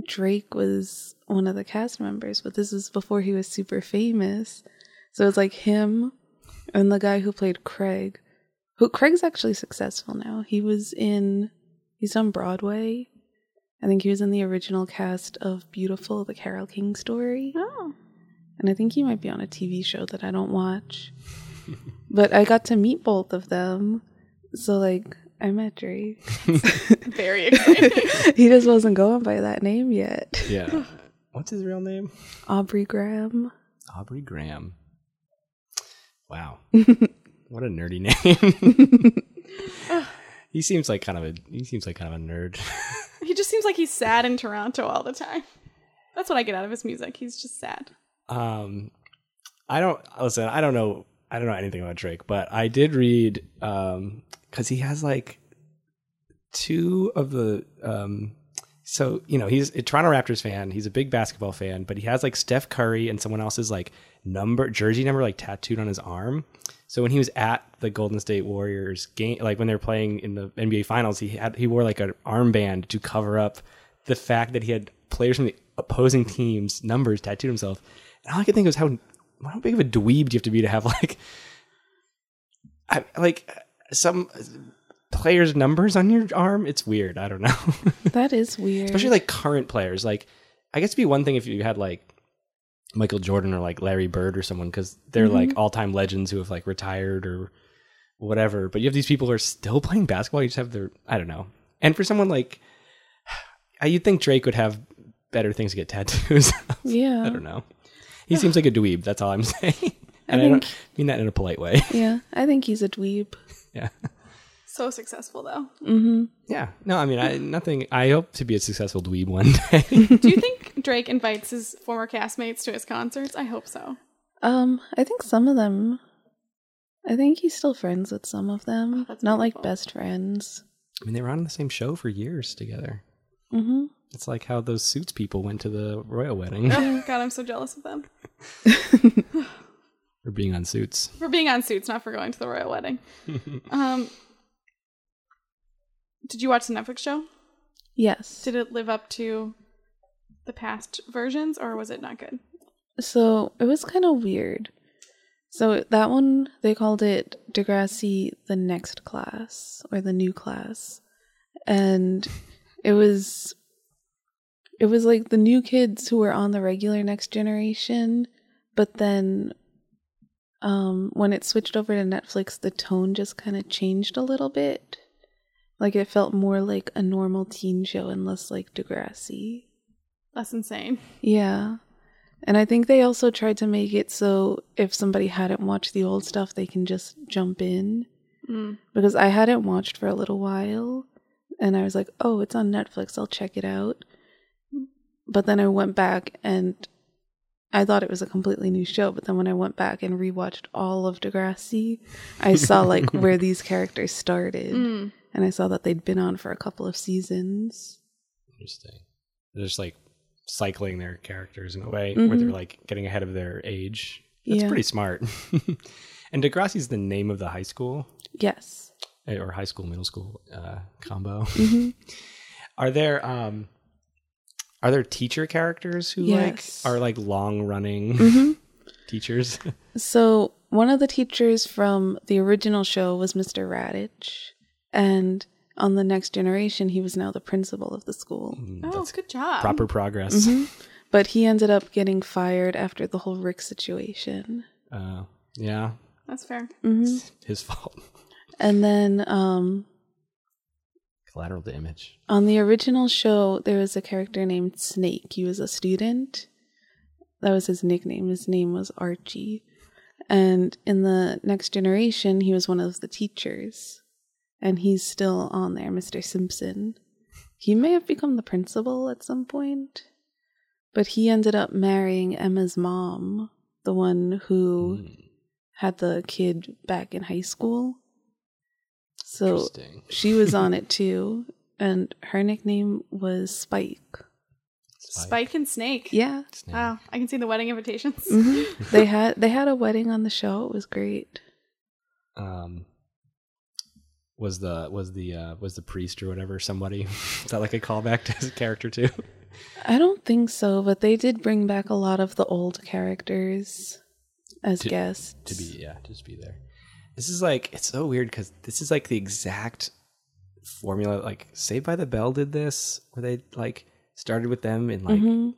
Drake was one of the cast members, but this was before he was super famous. So it was like him, and the guy who played Craig, who Craig's actually successful now. He was in, he's on Broadway. I think he was in the original cast of Beautiful, the Carol King story. oh, And I think he might be on a TV show that I don't watch. [laughs] but I got to meet both of them. So, like, I met Drake. [laughs] [laughs] very exciting. he just wasn't going by that name yet. [laughs] yeah. What's his real name? Aubrey Graham. Aubrey Graham. Wow. what a nerdy name. he seems like kind of a he seems like kind of a nerd. he just seems like he's sad in Toronto all the time. That's what I get out of his music. He's just sad. Um I don't listen, I don't know I don't know anything about Drake, but I did read um cuz he has like two of the um so, you know, he's a Toronto Raptors fan, he's a big basketball fan, but he has like Steph Curry and someone else's like number jersey number like tattooed on his arm. So when he was at the Golden State Warriors game, like when they were playing in the NBA Finals, he had he wore like an armband to cover up the fact that he had players from the opposing team's numbers tattooed himself. And all I could think was how how big of a dweeb do you have to be to have [laughs] like, I, like some players' numbers on your arm? It's weird. I don't know. [laughs] That is weird. especially like current players. Like, I guess it'd be one thing if you had like Michael Jordan or like Larry Bird or someone because they're like all time legends who have like retired or whatever. But you have these people who are still playing basketball. You just have their [sighs] I don't know. And for someone like I I, you'd think Drake would have better things to get tattoos. [laughs] of. Yeah. I don't know. He seems like a dweeb. That's all I'm [laughs] saying. And I, don't think- mean that in a polite way. [laughs] Yeah. I think he's a dweeb. Mm-hmm. yeah. So successful though. Yeah. No, I mean, I, nothing. I hope to be a successful dweeb one [laughs] day. [laughs] Do you think Drake invites his former castmates to his concerts? I hope so. Um, I think some of them. I think he's still friends with some of them. that's Not like beautiful. best friends. I mean, they were on the same show for years together. Mm-hmm. It's like how those suits people went to the royal wedding [laughs] Oh, [laughs] God, I'm so jealous of them for being on suits. for being on suits, not for going to the royal wedding. Um, did you watch the Netflix show? Yes. Did it live up to the past versions, or was it not good? So it was kind of weird. So that one they called it Degrassi the next class or the new class. And it was it was like the new kids who were on the regular next generation, but then um when it switched over to Netflix the tone just kind of changed a little bit. Like it felt more like a normal teen show and less like Degrassi. That's insane. Yeah. And I think they also tried to make it so if somebody hadn't watched the old stuff, they can just jump in. Mm. Because I hadn't watched for a little while. And I was like, oh, it's on Netflix. I'll check it out. But then I went back and I thought it was a completely new show. But then when I went back and rewatched all of Degrassi, I saw like where these characters started. Mm. And I saw that they'd been on for a couple of seasons. Interesting. They're just like cycling their characters in a way where they're like getting ahead of their age. That's Mm-hmm. Yeah. pretty smart. [laughs] and Degrassi's the name of the high school Yes. eh, or high school middle school uh, combo. Mm-hmm. [laughs] Are there um are there teacher characters who Yes. Mm-hmm. like are like long [laughs] running teachers? [laughs] So one of the teachers from the original show was Mr. Radich, and on the Next Generation, he was now the principal of the school. Oh, good um, job. Mm, Proper progress. mm-hmm. But he ended up getting fired after the whole Rick situation. Uh, yeah, That's fair. his fault. [laughs] And then um, Collateral damage. on the original show, there was a character named Snake. He was a student. That was his nickname. His name was Archie. And in the Next Generation, he was one of the teachers. And he's still on there, Mr. Simpson. He may have become the principal at some point, but he ended up marrying Emma's mom, the one who Mm. had the kid back in high school. So Interesting. she was on it too, and her nickname was Spike. Spike and Snake. Yeah, Mm. Mm-hmm. Snake. Wow, I can see the wedding invitations. they had they had a wedding on the show. It was great. Um, was the was the uh, was the priest or whatever somebody? [laughs] Is that like a callback [laughs] to his character too? I don't think so, but they did bring back a lot of the old characters as To- guests. to be yeah to just be there this is like it's so weird because this is like the exact formula like saved by the bell did this where they like started with them in like oh,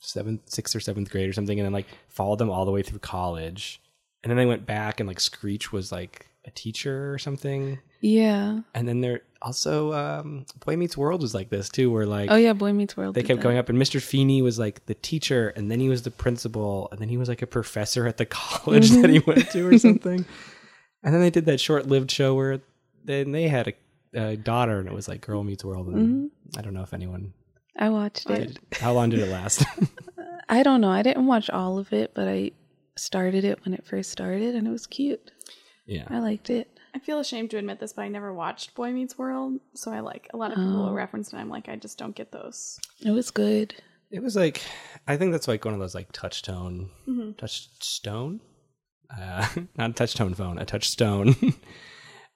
seventh sixth or seventh grade or something and then like followed them all the way through college and then they went back and like screech was like a teacher or something yeah. and then there also um boy meets world was like this too where like Oh yeah, Boy Meets World. they did kept that. going up, and Mr. Feeney was like the teacher, and then he was the principal, and then he was like a professor at the [laughs] college that he went Mm-hmm. [laughs] to or something. and then they did that short-lived show where then they had a, a daughter, and it was like Girl Meets World. And Mm-hmm. I don't know if anyone. I watched it. How long Oh, did it last? [laughs] I don't know. I didn't watch all of it, but I started it when it first started, and it was cute. I yeah, liked it. I feel ashamed to admit this, but I never watched Boy Meets World, so I like a lot of people Oh. will reference, and I'm like, I just don't get those. It was good. it was like I think that's like one of those like touchstone, touchstone, uh, [laughs] not a touchstone phone, a touchstone. [laughs]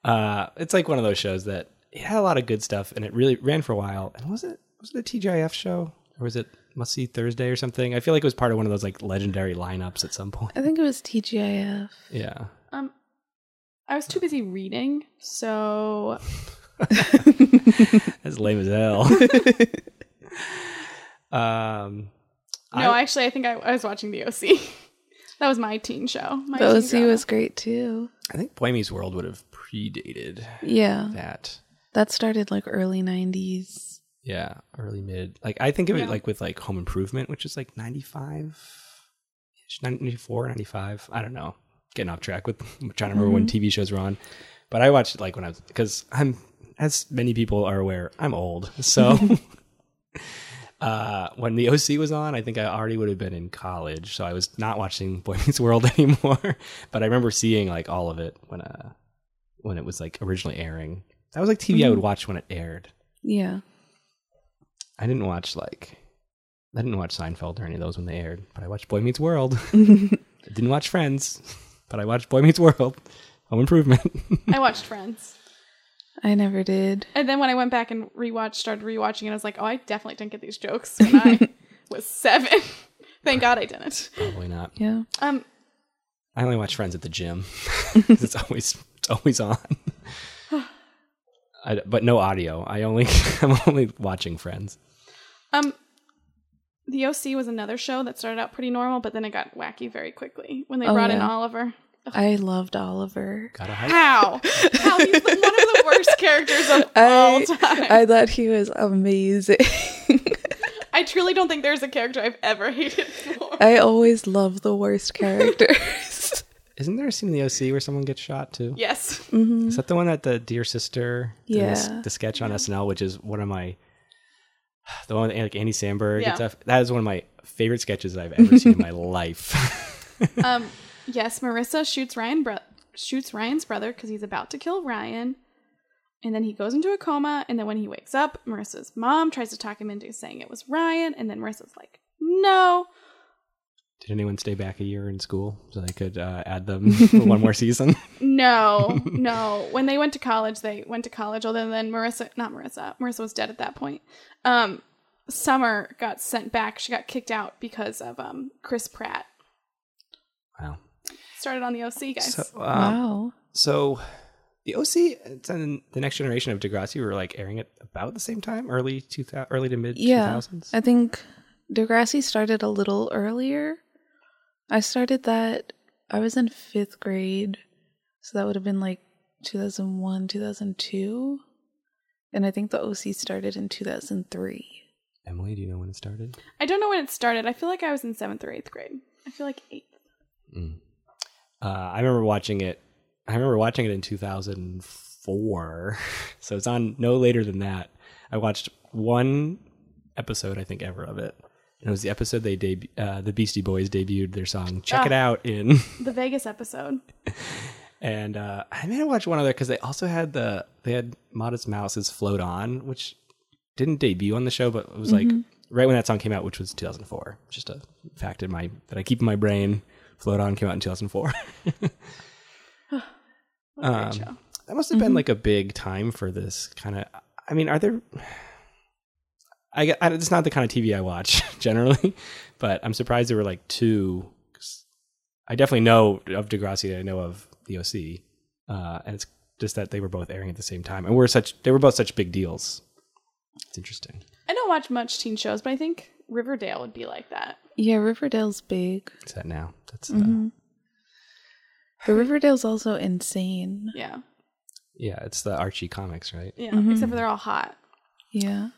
uh, it's like one of those shows that it had a lot of good stuff, and it really ran for a while. And was it was it a TGIF show or was it Must See Thursday or something? I feel like it was part of one of those like legendary lineups at some [laughs] point. I think it was TGIF. [laughs] [laughs] Yeah, Um, I was too busy reading, so as lame as hell. [laughs] um, no. actually, I think I, I was watching The OC. [laughs] that was my teen show. My The teen OC drama. was great too. I think Boy Meets World would have predated Yeah. that. That started like early 90s. Yeah, early mid. Like I think of Yeah. it like with like Home Improvement, which is like 95 ish, 94, 95. I don't know. Getting off track with [laughs] I'm trying to remember when TV shows were on. But I watched it like when I was cuz I'm as many people are aware, I'm old. [laughs] So uh when the OC was on, I think I already would have been in college, so I was not watching [laughs] Boy Meets World anymore, but I remember seeing like all of it when uh when it was like originally airing. That was like TV I would watch when it aired. Yeah. I didn't watch like I didn't watch Seinfeld or any of those when they aired, but I watched Boy Meets World. I didn't watch Friends, but I watched Boy Meets World. Home Improvement. I watched Friends. I never did. And then when I went back and rewatched, started rewatching it, I was like, oh, I definitely didn't get these jokes when [laughs] I was seven. [laughs] Thank God I didn't. Probably not. Yeah. Um, I only watch Friends at the gym. 'Cause it's always it's always on. I d but no audio. I only [laughs] I'm only watching Friends. um, The OC was another show that started out pretty normal, but then it got wacky very quickly when they Oh, brought in yeah. Oliver. I loved Oliver. Gotta hype. How? How he's the, one of the [laughs] worst characters of all I, time. I thought he was amazing. [laughs] I truly don't think there's a character I've ever hated [laughs] more. I always love the worst [laughs] characters. Isn't there a scene in the OC where someone gets shot too? yes. Mm-hmm. Is that the one that the dear sister? did this- Yeah. The, sketch on SNL, which is one of my, [sighs] the one with like Andy Samberg Yeah. and stuff. That is one of my favorite sketches that I've ever seen in my [laughs] life. Uh, Um, yes, Marissa shoots Ryan bro- shoots Ryan's brother because he's about to kill Ryan, and then he goes into a coma. And then when he wakes up, Marissa's mom tries to talk him into saying it was Ryan, and then Marissa's like, "No." Did anyone stay back a year in school so they could uh, add them one more [laughs] season? No, no. When they went to college, they went to college. Although then Marissa, not Marissa, Marissa was dead at that point. Um, Summer got sent back. She got kicked out because of um Chris Pratt. Wow. Started on the OC, guys. So, um, wow. so the OC it's in the next generation of Degrassi were like airing it about the same time, early two thousand, early to mid two Yeah. thousands. I think Degrassi started a little earlier. I started that, I was in fifth grade. So that would have been like 2001, 2002. And I think the OC started in 2003. Emily, do you know when it started? I don't know when it started. I feel like I was in seventh or eighth grade. I feel like eighth. Uh, I remember watching it. I remember watching it in 2004. [laughs] So it's on no later than that. I watched one episode, I think, ever of it. And it was the episode they deb- uh, the Beastie Boys debuted their song "Check It Out" in, [laughs] The Vegas episode. and uh, I may have watched one other because they also had the they had Modest Mouse's "Float On," which didn't debut on the show, but it was like right when that song came out, which was 2004. Just a fact in my that I keep in my brain. "Float On" came out in 2004. What a great Um, show. that must have been like a big time for this kind of i mean are there I, gu- I it's not the kind of tv i watch [laughs] generally but i'm surprised there were like two 'cause i definitely know of degrassi that i know of the oc uh, and it's just that they were both airing at the same time and we're such they were both such big deals it's interesting I don't watch much teen shows, but I think Riverdale would be like that. Yeah, Riverdale's big. it's that now that's uh, Mhm. But Riverdale's also insane. Yeah. yeah it's the archie comics right Yeah. Mhm. Except for they're all hot. Yeah.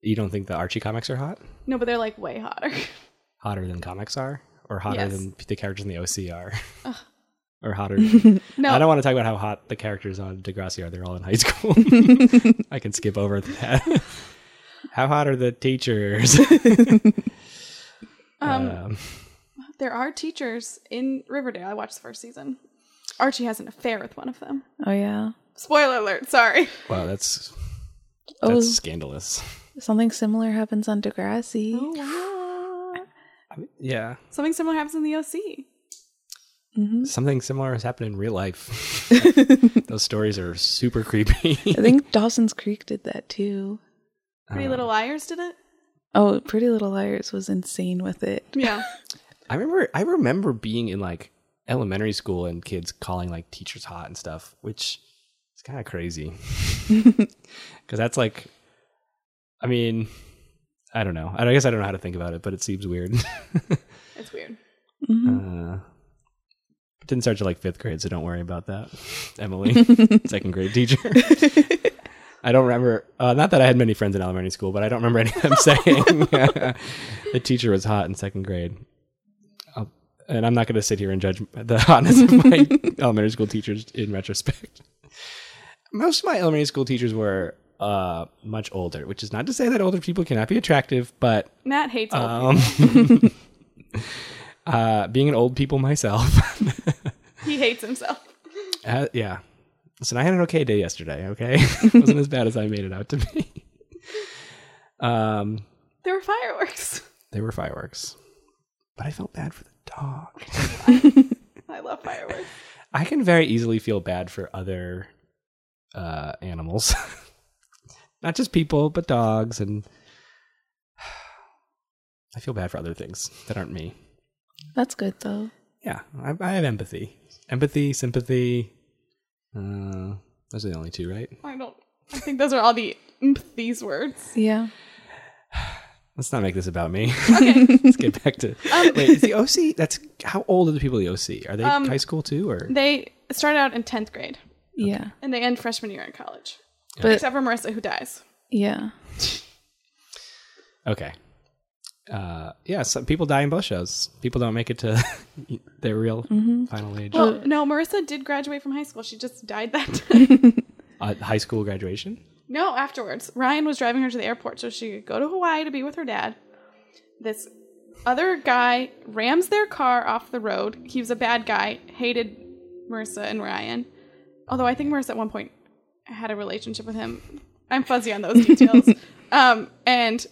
you don't think the archie comics are hot No, but they're like way hotter. [laughs] hotter than comics are or hotter Yes. than the characters in the oc are [laughs] or hotter than I [laughs] No. don't want to talk about how hot the characters on Degrassi are. They're all in high [laughs] school. [laughs] I can skip over that. [laughs] how hot are the teachers? [laughs] Um, Um, there are teachers in Riverdale. I watched the first season. Archie has an affair with one of them. Oh yeah. Spoiler alert, sorry. wow, that's that's Oh, scandalous. something similar happens on Degrassi. Oh. [laughs] Yeah, Something similar happens in the OC. hmm something similar has happened in real [laughs] life. Those stories are super creepy. I think Dawson's Creek did that too. Uh. Pretty Little Liars did it. Oh, Pretty Little Liars was insane with it. [laughs] Yeah. I remember I remember being in like elementary school and kids calling like teachers hot and stuff, which is kind of crazy. Cuz that's like I mean, I don't know. I guess I don't know how to think about it, but it seems weird. It's weird. uh, Mhm. it didn't start to like 5th grade, so don't worry about that. Emily, second grade teacher. I don't remember. Uh, not that I had many friends in elementary school, but I don't remember any of them [laughs] saying [laughs] the teacher was hot in second grade. I'll, and I'm not going to sit here and judge the hotness of my elementary school teachers in retrospect. Most of my elementary school teachers were uh, much older, which is not to say that older people cannot be attractive, but Matt hates old um, [laughs] uh, being an old people myself, [laughs] people. He hates himself. Uh, yeah. Listen, I had an okay day yesterday, okay? [laughs] it wasn't as bad as I made it out to be. Um, There were fireworks. [laughs] they were fireworks. But I felt bad for the dog. I love fireworks. I can very easily feel bad for other uh, animals. [laughs] Not just people, but dogs. And [sighs] I feel bad for other things that aren't me. That's good though. yeah, I, I have empathy. Empathy, sympathy. Uh, those are the only two, right? I don't. I think those are all the mm, these words. Yeah. Let's not make this about me. [laughs] Okay. [laughs] Let's get back [laughs] to. wait, is the OC? That's how old are the people in the OC? Are they Um, high school too, or they start out in tenth grade Yeah. and they end freshman year in college, But except for Marissa who dies. yeah. okay? Uh, yeah, some people die in both shows. People don't make it to [laughs] their real Mm-hmm. final age. Well, no, Marissa did graduate from high school. She just died that time. Uh, high school graduation. No, afterwards. Ryan was driving her to the airport so she could go to Hawaii to be with her dad. This other guy rams their car off the road. He was a bad guy, hated Marissa and Ryan. Although I think Marissa at one point had a relationship with him. I'm fuzzy on those details. um, and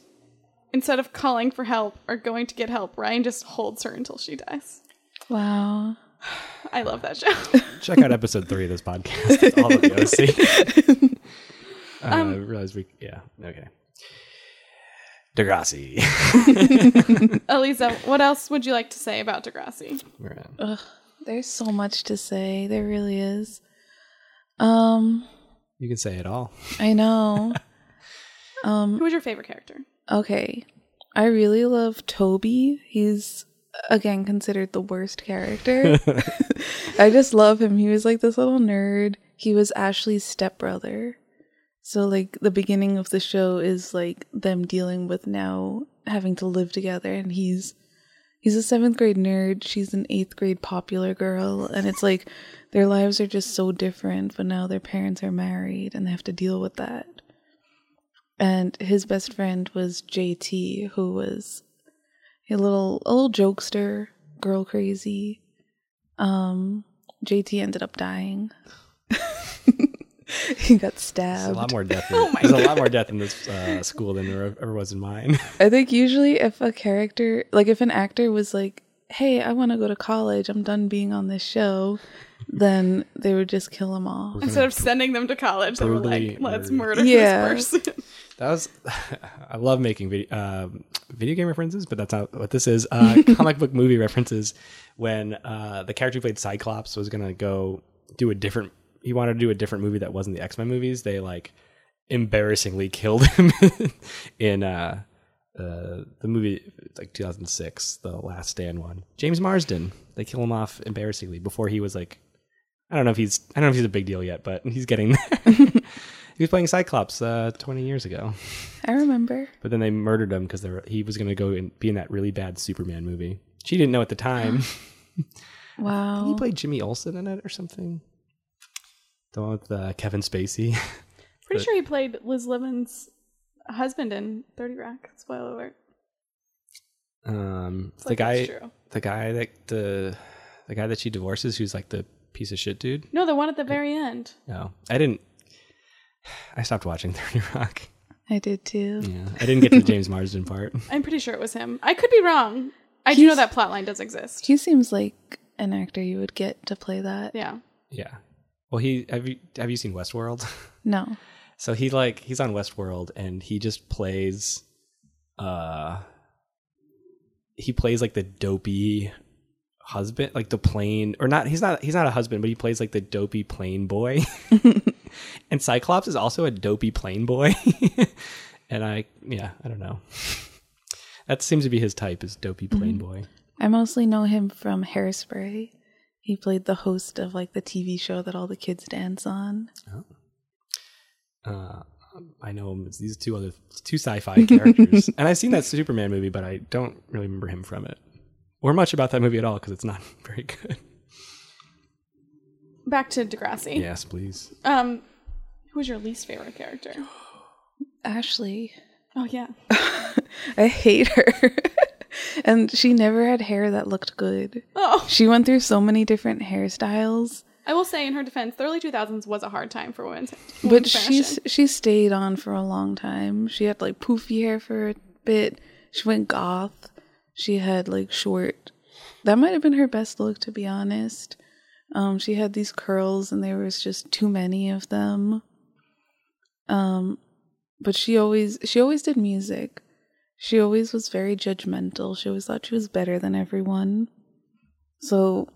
instead of calling for help or going to get help, Ryan just holds her until she dies. Wow. I love that show. Check out episode three of this podcast. All of the OC. [laughs] Uh, I Um, realize we. Yeah. Okay. Degrassi. [laughs] Elisa, what else would you like to say about Degrassi? We're on. There's so much to say. There really is. Um, You can say it all. I know. Who was your favorite character? Okay. I really love Toby. He's again considered the worst character. [laughs] I just love him. He was like this little nerd. He was Ashley's stepbrother. So like the beginning of the show is like them dealing with now having to live together and he's he's a 7th grade nerd, she's an 8th grade popular girl and it's like their lives are just so different but now their parents are married and they have to deal with that and his best friend was JT, who was a little a little jokester, girl crazy. Um, JT ended up dying. [laughs] he got There's a stabbed. lot more death. In, there's a lot more death in this uh, school than there ever was in mine. I think usually if a character, like if an actor was like, "Hey, I want to go to college. I'm done being on this show," then they would just kill them all. Instead of sending them to college, they were like, brutally "Let's murder murder- Yeah. this [laughs] person." That was. I love making video um video game references, but that's not what this is. Uh, [laughs] comic book movie references. When uh, the character who played Cyclops was gonna go do a different, he wanted to do a different movie that wasn't the X Men movies. They like embarrassingly killed [laughs] him in uh, uh, the movie like 2006, the Last Stand one. James Marsden. They kill him off embarrassingly before he was like I don't know if he's I don't know if he's a big deal yet, but he's getting [laughs] there. he was playing Cyclops uh, 20 years ago, I remember. but then they murdered him because he was going to go and be in that really bad Superman movie. She didn't know at the [gasps] time. he Wow. played Jimmy Olsen in it or something. The one with uh, Kevin Spacey. [laughs] Pretty But- sure he played Liz Levin's husband in Thirty Rock. Spoiler alert. Um, It's the like, guy, that's true. the guy that the the guy that she divorces, who's like the piece of shit dude. No, the one at the very end. No, I didn't. I stopped watching [laughs] Thirty Rock. I did too. Yeah, I didn't [laughs] get to the James Marsden part. I'm pretty sure it was him. I could be wrong. I do know that plot line does exist. He seems like an actor you would get to play that. Yeah. Yeah. Well, he have you have you seen Westworld? No. so he like he's on Westworld and he just plays uh he plays like the dopey husband, like the plain or not he's not he's not a husband, but he plays like the dopey plain boy. [laughs] and Cyclops is also a dopey plain boy. [laughs] and I yeah, I don't know. [laughs] That seems to be his type is dopey plain boy. I mostly know him from Hairspray. He played the host of like the TV show that all the kids dance on. Uh, I know him as these two other two [laughs] sci-fi characters, and I've seen that Superman movie, but I don't really remember him from it or much about that movie at all because it's not [laughs] very good. Back to Degrassi. Yes, please. Um, who was your least favorite character? Ashley. Oh yeah, [laughs] I hate her. [laughs] and she never had hair that looked good. Oh, She went through so many different hairstyles, I will say in her defense, the early 2000s was a hard time for women's. but women's she fashion. she stayed on for a long time. She had like poofy hair for a bit. She went goth. She had like short. That might have been her best look to be honest. Um she had these curls and there was just too many of them. Um but she always she always did music. She always was very judgmental. She always thought she was better than everyone. So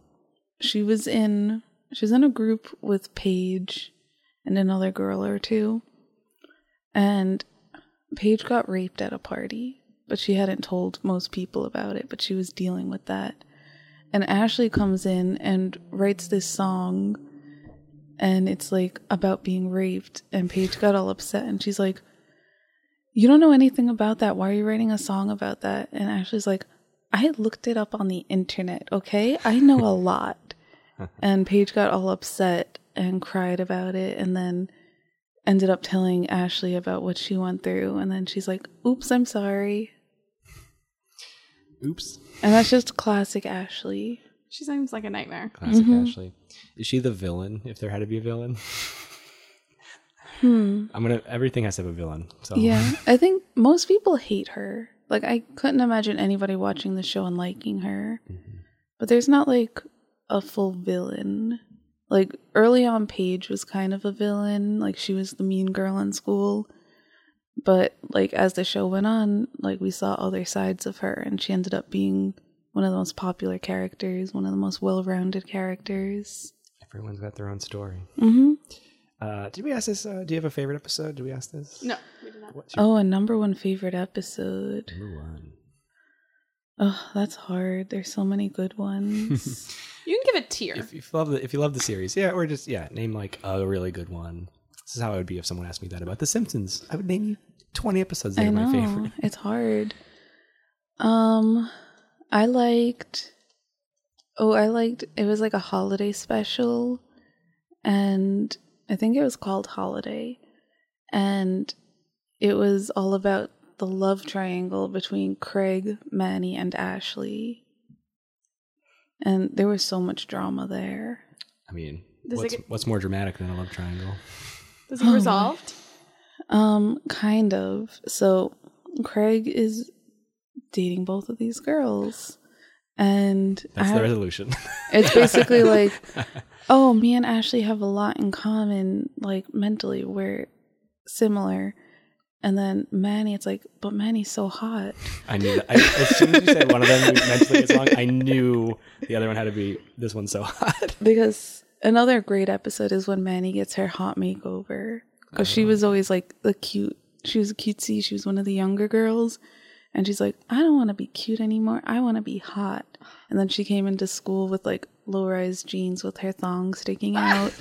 she was in she was in a group with Paige and another girl or two. And Paige got raped at a party, but she hadn't told most people about it, but she was dealing with that. And Ashley comes in and writes this song and it's like about being raped and Paige got all upset and she's like you don't know anything about that. Why are you writing a song about that? And Ashley's like, I looked it up on the internet, okay? I know a lot. and Paige got all upset and cried about it and then ended up telling Ashley about what she went through. And then she's like, oops, I'm sorry. Oops. And that's just classic Ashley. she sounds like a nightmare. Classic Mm-hmm. Ashley. Is she the villain? If there had to be a villain, [laughs] Hmm. I'm gonna. Everything has to have a villain. So Yeah. I think most people hate her. Like, I couldn't imagine anybody watching the show and liking her. But there's not like a full villain. Like early on, Paige was kind of a villain. Like she was the mean girl in school. But like as the show went on, like we saw other sides of her, and she ended up being one of the most popular characters, one of the most well-rounded characters. everyone's got their own story. Mm-hmm. Uh, did we ask this? Uh, do you have a favorite episode? Did we ask this? No, we did not. What's your Oh, a number one favorite episode. number one? Oh, that's hard. There's so many [laughs] good ones. You can give it tier. If, if you love the if you love the series, yeah, or just yeah, name like a really good one. This is how I would be if someone asked me that about The Simpsons. I would name you 20 episodes that I are know my favorite. it's hard. Um, I liked. Oh, I liked. It was like a holiday special, and I think it was called Holiday, and it was all about the love triangle between Craig, Manny, and Ashley. And there was so much drama there. I mean, Does it what's, get- what's more dramatic than a love triangle? Is Oh it my. resolved? Um, kind of. So Craig is dating both of these girls. And That's the [laughs] I- resolution. it's basically like, oh, me and Ashley have a lot in common, like mentally, we're similar. And then Manny, it's like, but Manny's so hot. I knew that. I, as soon as you said one of them mentally is long, I knew the other one had to be this one's so hot. [laughs] Because another great episode is when Manny gets her hot makeover. Because she was always like the cute, she was a cutesy. She was one of the younger girls. And she's like, I don't want to be cute anymore. I want to be hot. And then she came into school with like low rise jeans with her thong sticking out.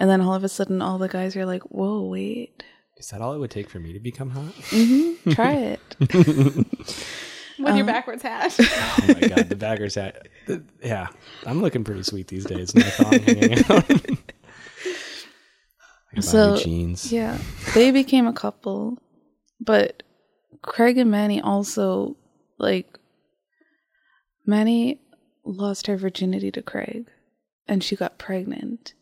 and then all of a sudden, all the guys are like, whoa, wait. Is that all it would take for me to become hot? hmm Try it. With your backwards [laughs] hat. Oh my god, the bagger's hat. The- yeah, I'm looking pretty sweet these days. My thong hanging out. [laughs] I so, So, new jeans. yeah. They became a couple. But Craig and Manny also, like, Manny lost her virginity to Craig and she got pregnant.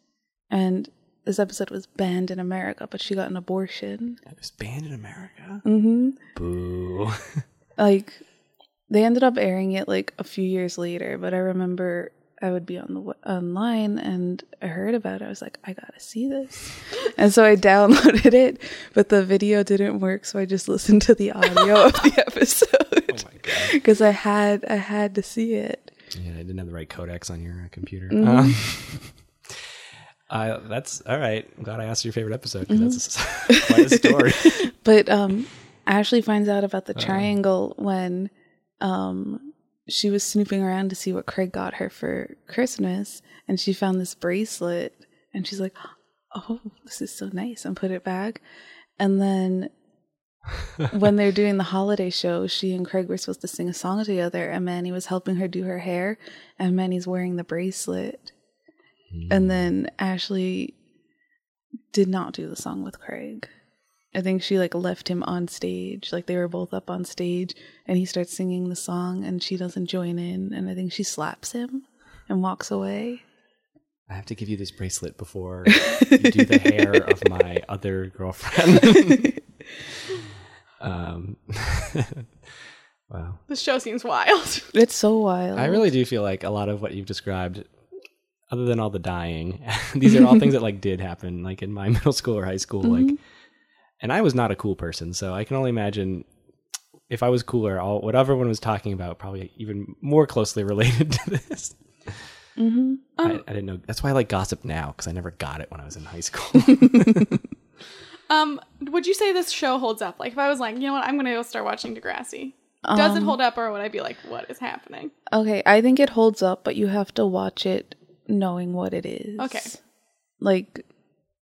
And this episode was banned in America, but she got an abortion. It was banned in America. Mm-hmm. Boo. [laughs] Like, they ended up airing it like a few years later, but I remember I would be on the w- online and I heard about it. I was like, I gotta see this, and so I [laughs] downloaded it, but the video didn't work, so I just listened to the audio of the Oh episode my god. because I had I had to see it. Yeah, I didn't have the right codecs on your uh, computer. Mhm. Um, [laughs] I, that's all right. I'm glad I asked your favorite episode because that's [laughs] quite a story. But um, Ashley finds out about the triangle when um, she was snooping around to see what Craig got her for Christmas, and she found this bracelet, and she's like, "Oh, this is so nice," and put it back. And then when they're doing the holiday show, she and Craig were supposed to sing a song together, and Manny was helping her do her hair, and Manny's wearing the bracelet. Hmm. And then Ashley did not do the song with Craig. I think she like left him on stage. Like they were both up on stage and he starts singing the song and she doesn't join in and I think she slaps him and walks away. I have to give you this bracelet before you do the hair of my other girlfriend. um, wow. This show seems wild. It's so wild. I really do feel like a lot of what you've described, other than all the dying, [laughs] these are all things that like did happen, like in my [laughs] middle school or high school. Like, and I was not a cool person, so I can only imagine if I was cooler, all what everyone was talking about probably even more closely [laughs] related to this. hmm I, Um, I didn't know. That's why I like gossip now because I never got it when I was in high [laughs] school. Um, would you say this show holds up? Like, if I was like, you know what, I'm gonna go start watching Degrassi. Um, Does it hold up, or would I be like, what is happening? Okay, I think it holds up, but you have to watch it knowing what it is. Okay. Like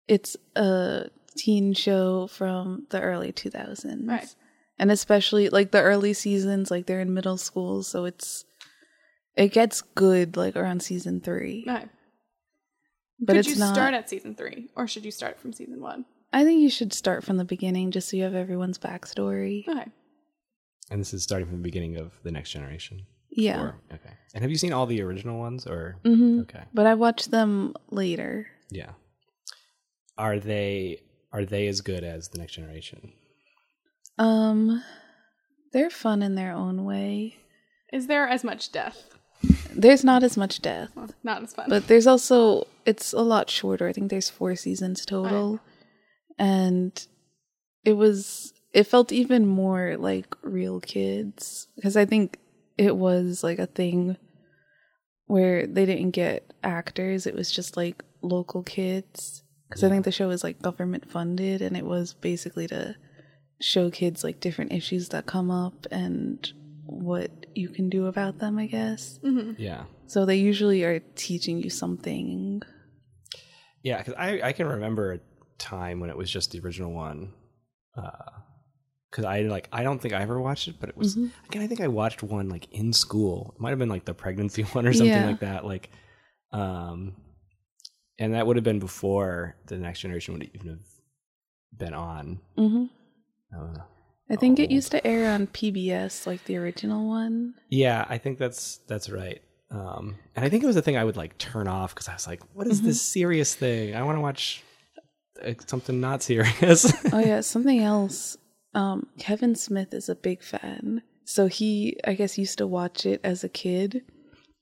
it's a teen show from the early 2000s. Right. And especially like the early seasons like they're in middle school, so it's it gets good like around season 3. No. But Could it's you not start at season three, or should you start from season one? I think you should start from the beginning just so you have everyone's backstory. Okay. and this is starting from the beginning of the next generation. Yeah. Or- okay. And have you seen all the original ones or? hmm Okay. But I watched them later. Yeah. Are they are they as good as the next generation? Um they're fun in their own way. Is there as much death? There's not as much death. Well, not as fun. But there's also it's a lot shorter. I think there's four seasons total. And it was it felt even more like real kids because I think it was like a thing where they didn't get actors. It was just like local kids because I think the show is like government funded and it was basically to show kids like different issues that come up and what you can do about them, I guess. hmm Yeah. So they usually are teaching you something. Yeah, because I I can remember a time when it was just the original one. Because I like I don't think I ever watched it, but it was Mm-hmm. again I think I watched one like in school. It might have been like the pregnancy [laughs] one or something Yeah. like that. Like, um, and that would have been before the next generation would even have been on. Mm-hmm. Uh, I think it Oh. used to air on PBS, like the original one. Yeah, I think that's that's right. Um, and I think it was the thing I would like turn off because I was like, "What is this serious thing? I want to watch uh, something not serious." [laughs] Oh yeah, something else. Um, Kevin Smith is a big fan, so he, I guess, used to watch it as a kid,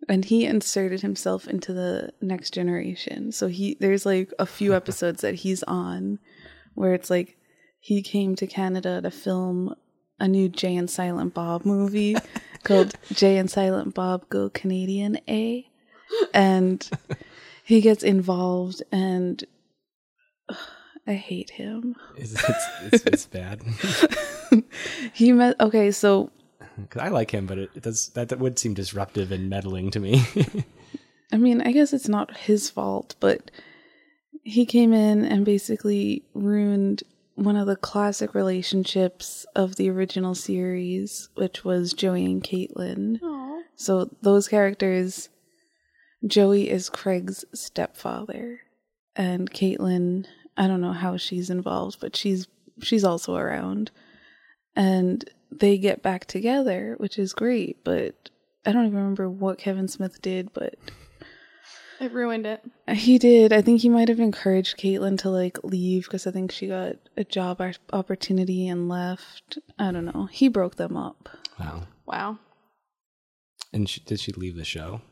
and he inserted himself into the Next Generation. So he, there's like a few episodes that he's on, where it's like he came to Canada to film a new Jay and Silent Bob movie called Jay and Silent Bob Go Canadian A, and he gets involved, and [sighs] I hate him. it's, it's, it's, it's bad [laughs] he met okay so because I like him, but it, it does that, that would seem disruptive and meddling to me. [laughs] i mean i guess it's not his fault but he came in and basically ruined one of the classic relationships of the original series which was joey and caitlin Aw. so those characters joey is craig's stepfather and caitlin i don't know how she's involved but she's she's also around and they get back together which is great but i don't even remember what kevin smith did but It ruined it. he did. I think he might have encouraged Caitlyn to like leave because I think she got a job ar- opportunity and left. I don't know. He broke them up. wow! Wow. And she, did she leave the show?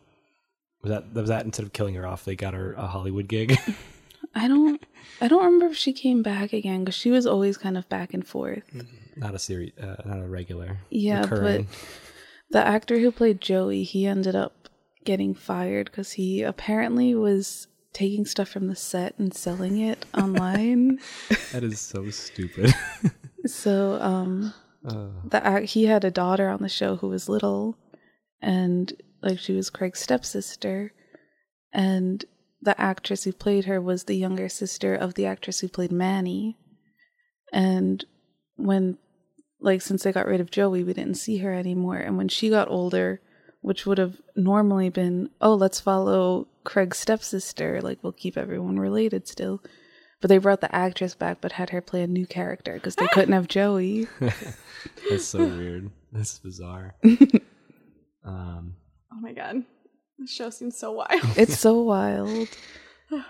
Was that was that instead of killing her off, they got her a Hollywood gig? [laughs] I don't. I don't remember if she came back again because she was always kind of back and forth. not a series, uh, not a regular. Yeah, recurring. but the actor who played Joey, he ended up getting fired because he apparently was taking stuff from the set and selling it online. that is so stupid. [laughs] Uh, So, um, the ac- he had a daughter on the show who was little, and like she was Craig's stepsister, and the actress who played her was the younger sister of the actress who played Manny, And when, like, since they got rid of Joey, we didn't see her anymore. And when she got older, which would have normally been, oh, let's follow Craig's stepsister, like, we'll keep everyone related still. But they brought the actress back, but had her play a new character because they couldn't have Joey. That's so weird. That's [laughs] bizarre. um, Oh my god, the show seems so wild. [laughs] It's so wild.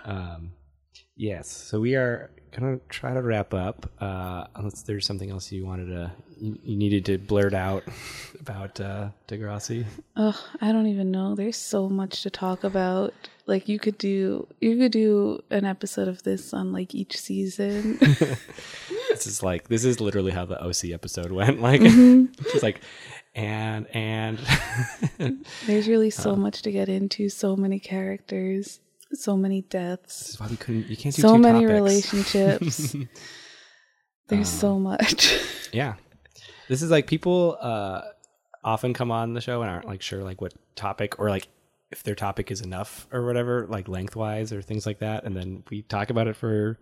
um, yes. So we are gonna try to wrap up. Uh, unless there's something else you wanted to, you, you needed to blurt out [laughs] about uh, Degrassi. Ugh, I don't even know. There's so much to talk about. Like you could do you could do an episode of this on like each season. [laughs] this is like this is literally how the OC episode went. [laughs] Like, Mm-hmm. just like, and and [laughs] this There's really Uh. so much to get into, so many characters, so many deaths, is why we couldn't. You can't do so two many topics. [laughs] relationships. There's Um. so much. [laughs] Yeah. This is like people uh often come on the show and aren't like sure like what topic or like if their topic is enough or whatever, like lengthwise or things like that. And then we talk about it for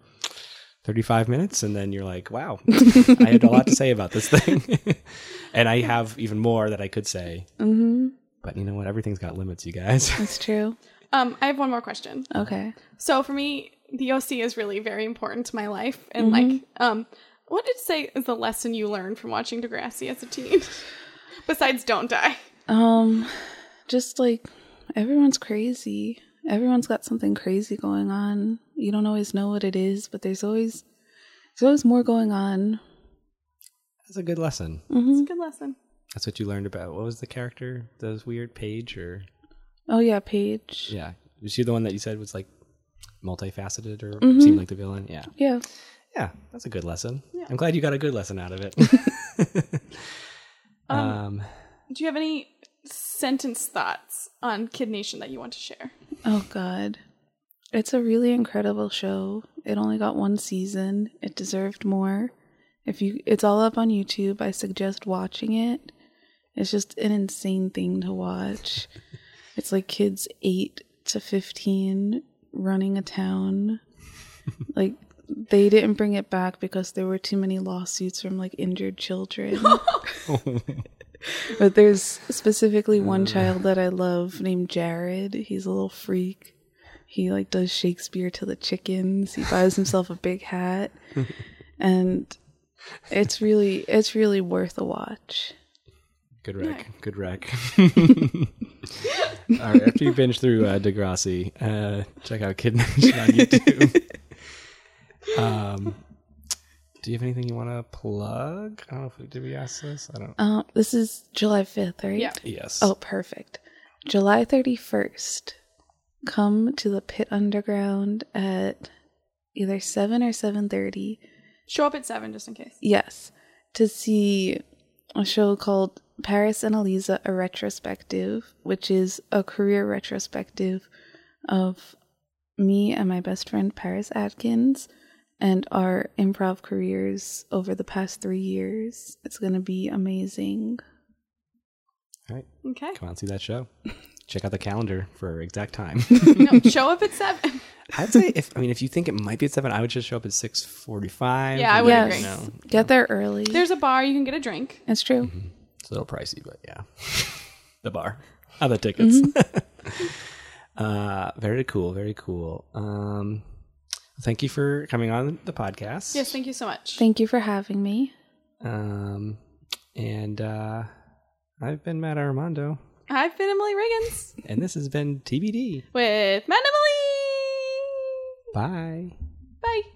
35 minutes and then you're like, wow, [laughs] I had a lot to say about this thing. [laughs] and I have even more that I could say. mm-hmm. But you know what? Everything's got limits, you guys. [laughs] That's true. Um, I have one more question. Okay. So for me, the OC is really very important to my life, and like, um, what did you say is the lesson you learned from watching Degrassi as a teen? [laughs] Besides, don't die. Um, just like everyone's crazy. Everyone's got something crazy going on. You don't always know what it is, but there's always there's always more going on. That's a good lesson. It's a good lesson. That's what you learned about. What was the character? Those weird page or Oh yeah, Paige. Yeah. Yeah. Is she the one that you said was like multifaceted or Mm-hmm. seemed like the villain? Yeah. Yeah. That's a good lesson. I'm glad you got a good lesson out of [laughs] it. um, Do you have any sentence thoughts on Kid Nation that you want to share? Oh god. It's a really incredible show. It only got one season. It deserved more. If you it's all up on YouTube. I suggest watching it. It's just an insane thing to watch. It's like kids 8 to 15 running a town. like they didn't bring it back because there were too many lawsuits from like injured children. but there's specifically one child that I love named Jared. He's a little freak. He like does Shakespeare to the chickens. He buys himself a big hat. And it's really it's really worth a watch. good wreck. Good wreck. [laughs] All right. After you binge through uh, Degrassi, uh, check out Kid Nation on [laughs] YouTube. um, do you have anything you want to plug? I don't know if we did we ask this. I don't. Uh, this is July 5th, right? Yeah. Yes. Oh, perfect. July 31st. Come to the Pit Underground at either 7 or 7:30. Show up at seven, just in case. Yes, to see a show called Paris and Eliza a retrospective, which is a career retrospective of me and my best friend Paris Atkins and our improv careers over the past 3 years. It's going to be amazing. All right. Okay. Come on, see that show. Check out the calendar for exact [laughs] time. No, show up at seven. [laughs] I'd say if I mean if you think it might be at seven, I would just show up at six forty-five. Yeah, I would wouldn't agree. You know, Get there early. There's a bar you can get a drink. it's true. it's a little pricey, but yeah, [laughs] the bar, not the tickets. Mm-hmm. [laughs] uh, very cool, very cool. Um, thank you for coming on the podcast. Yes, thank you so much. Thank you for having me. Um, and uh, I've been Matt Armando, I've been Emily Riggins and this has been TBD. with Matt and Emily. Bye. Bye.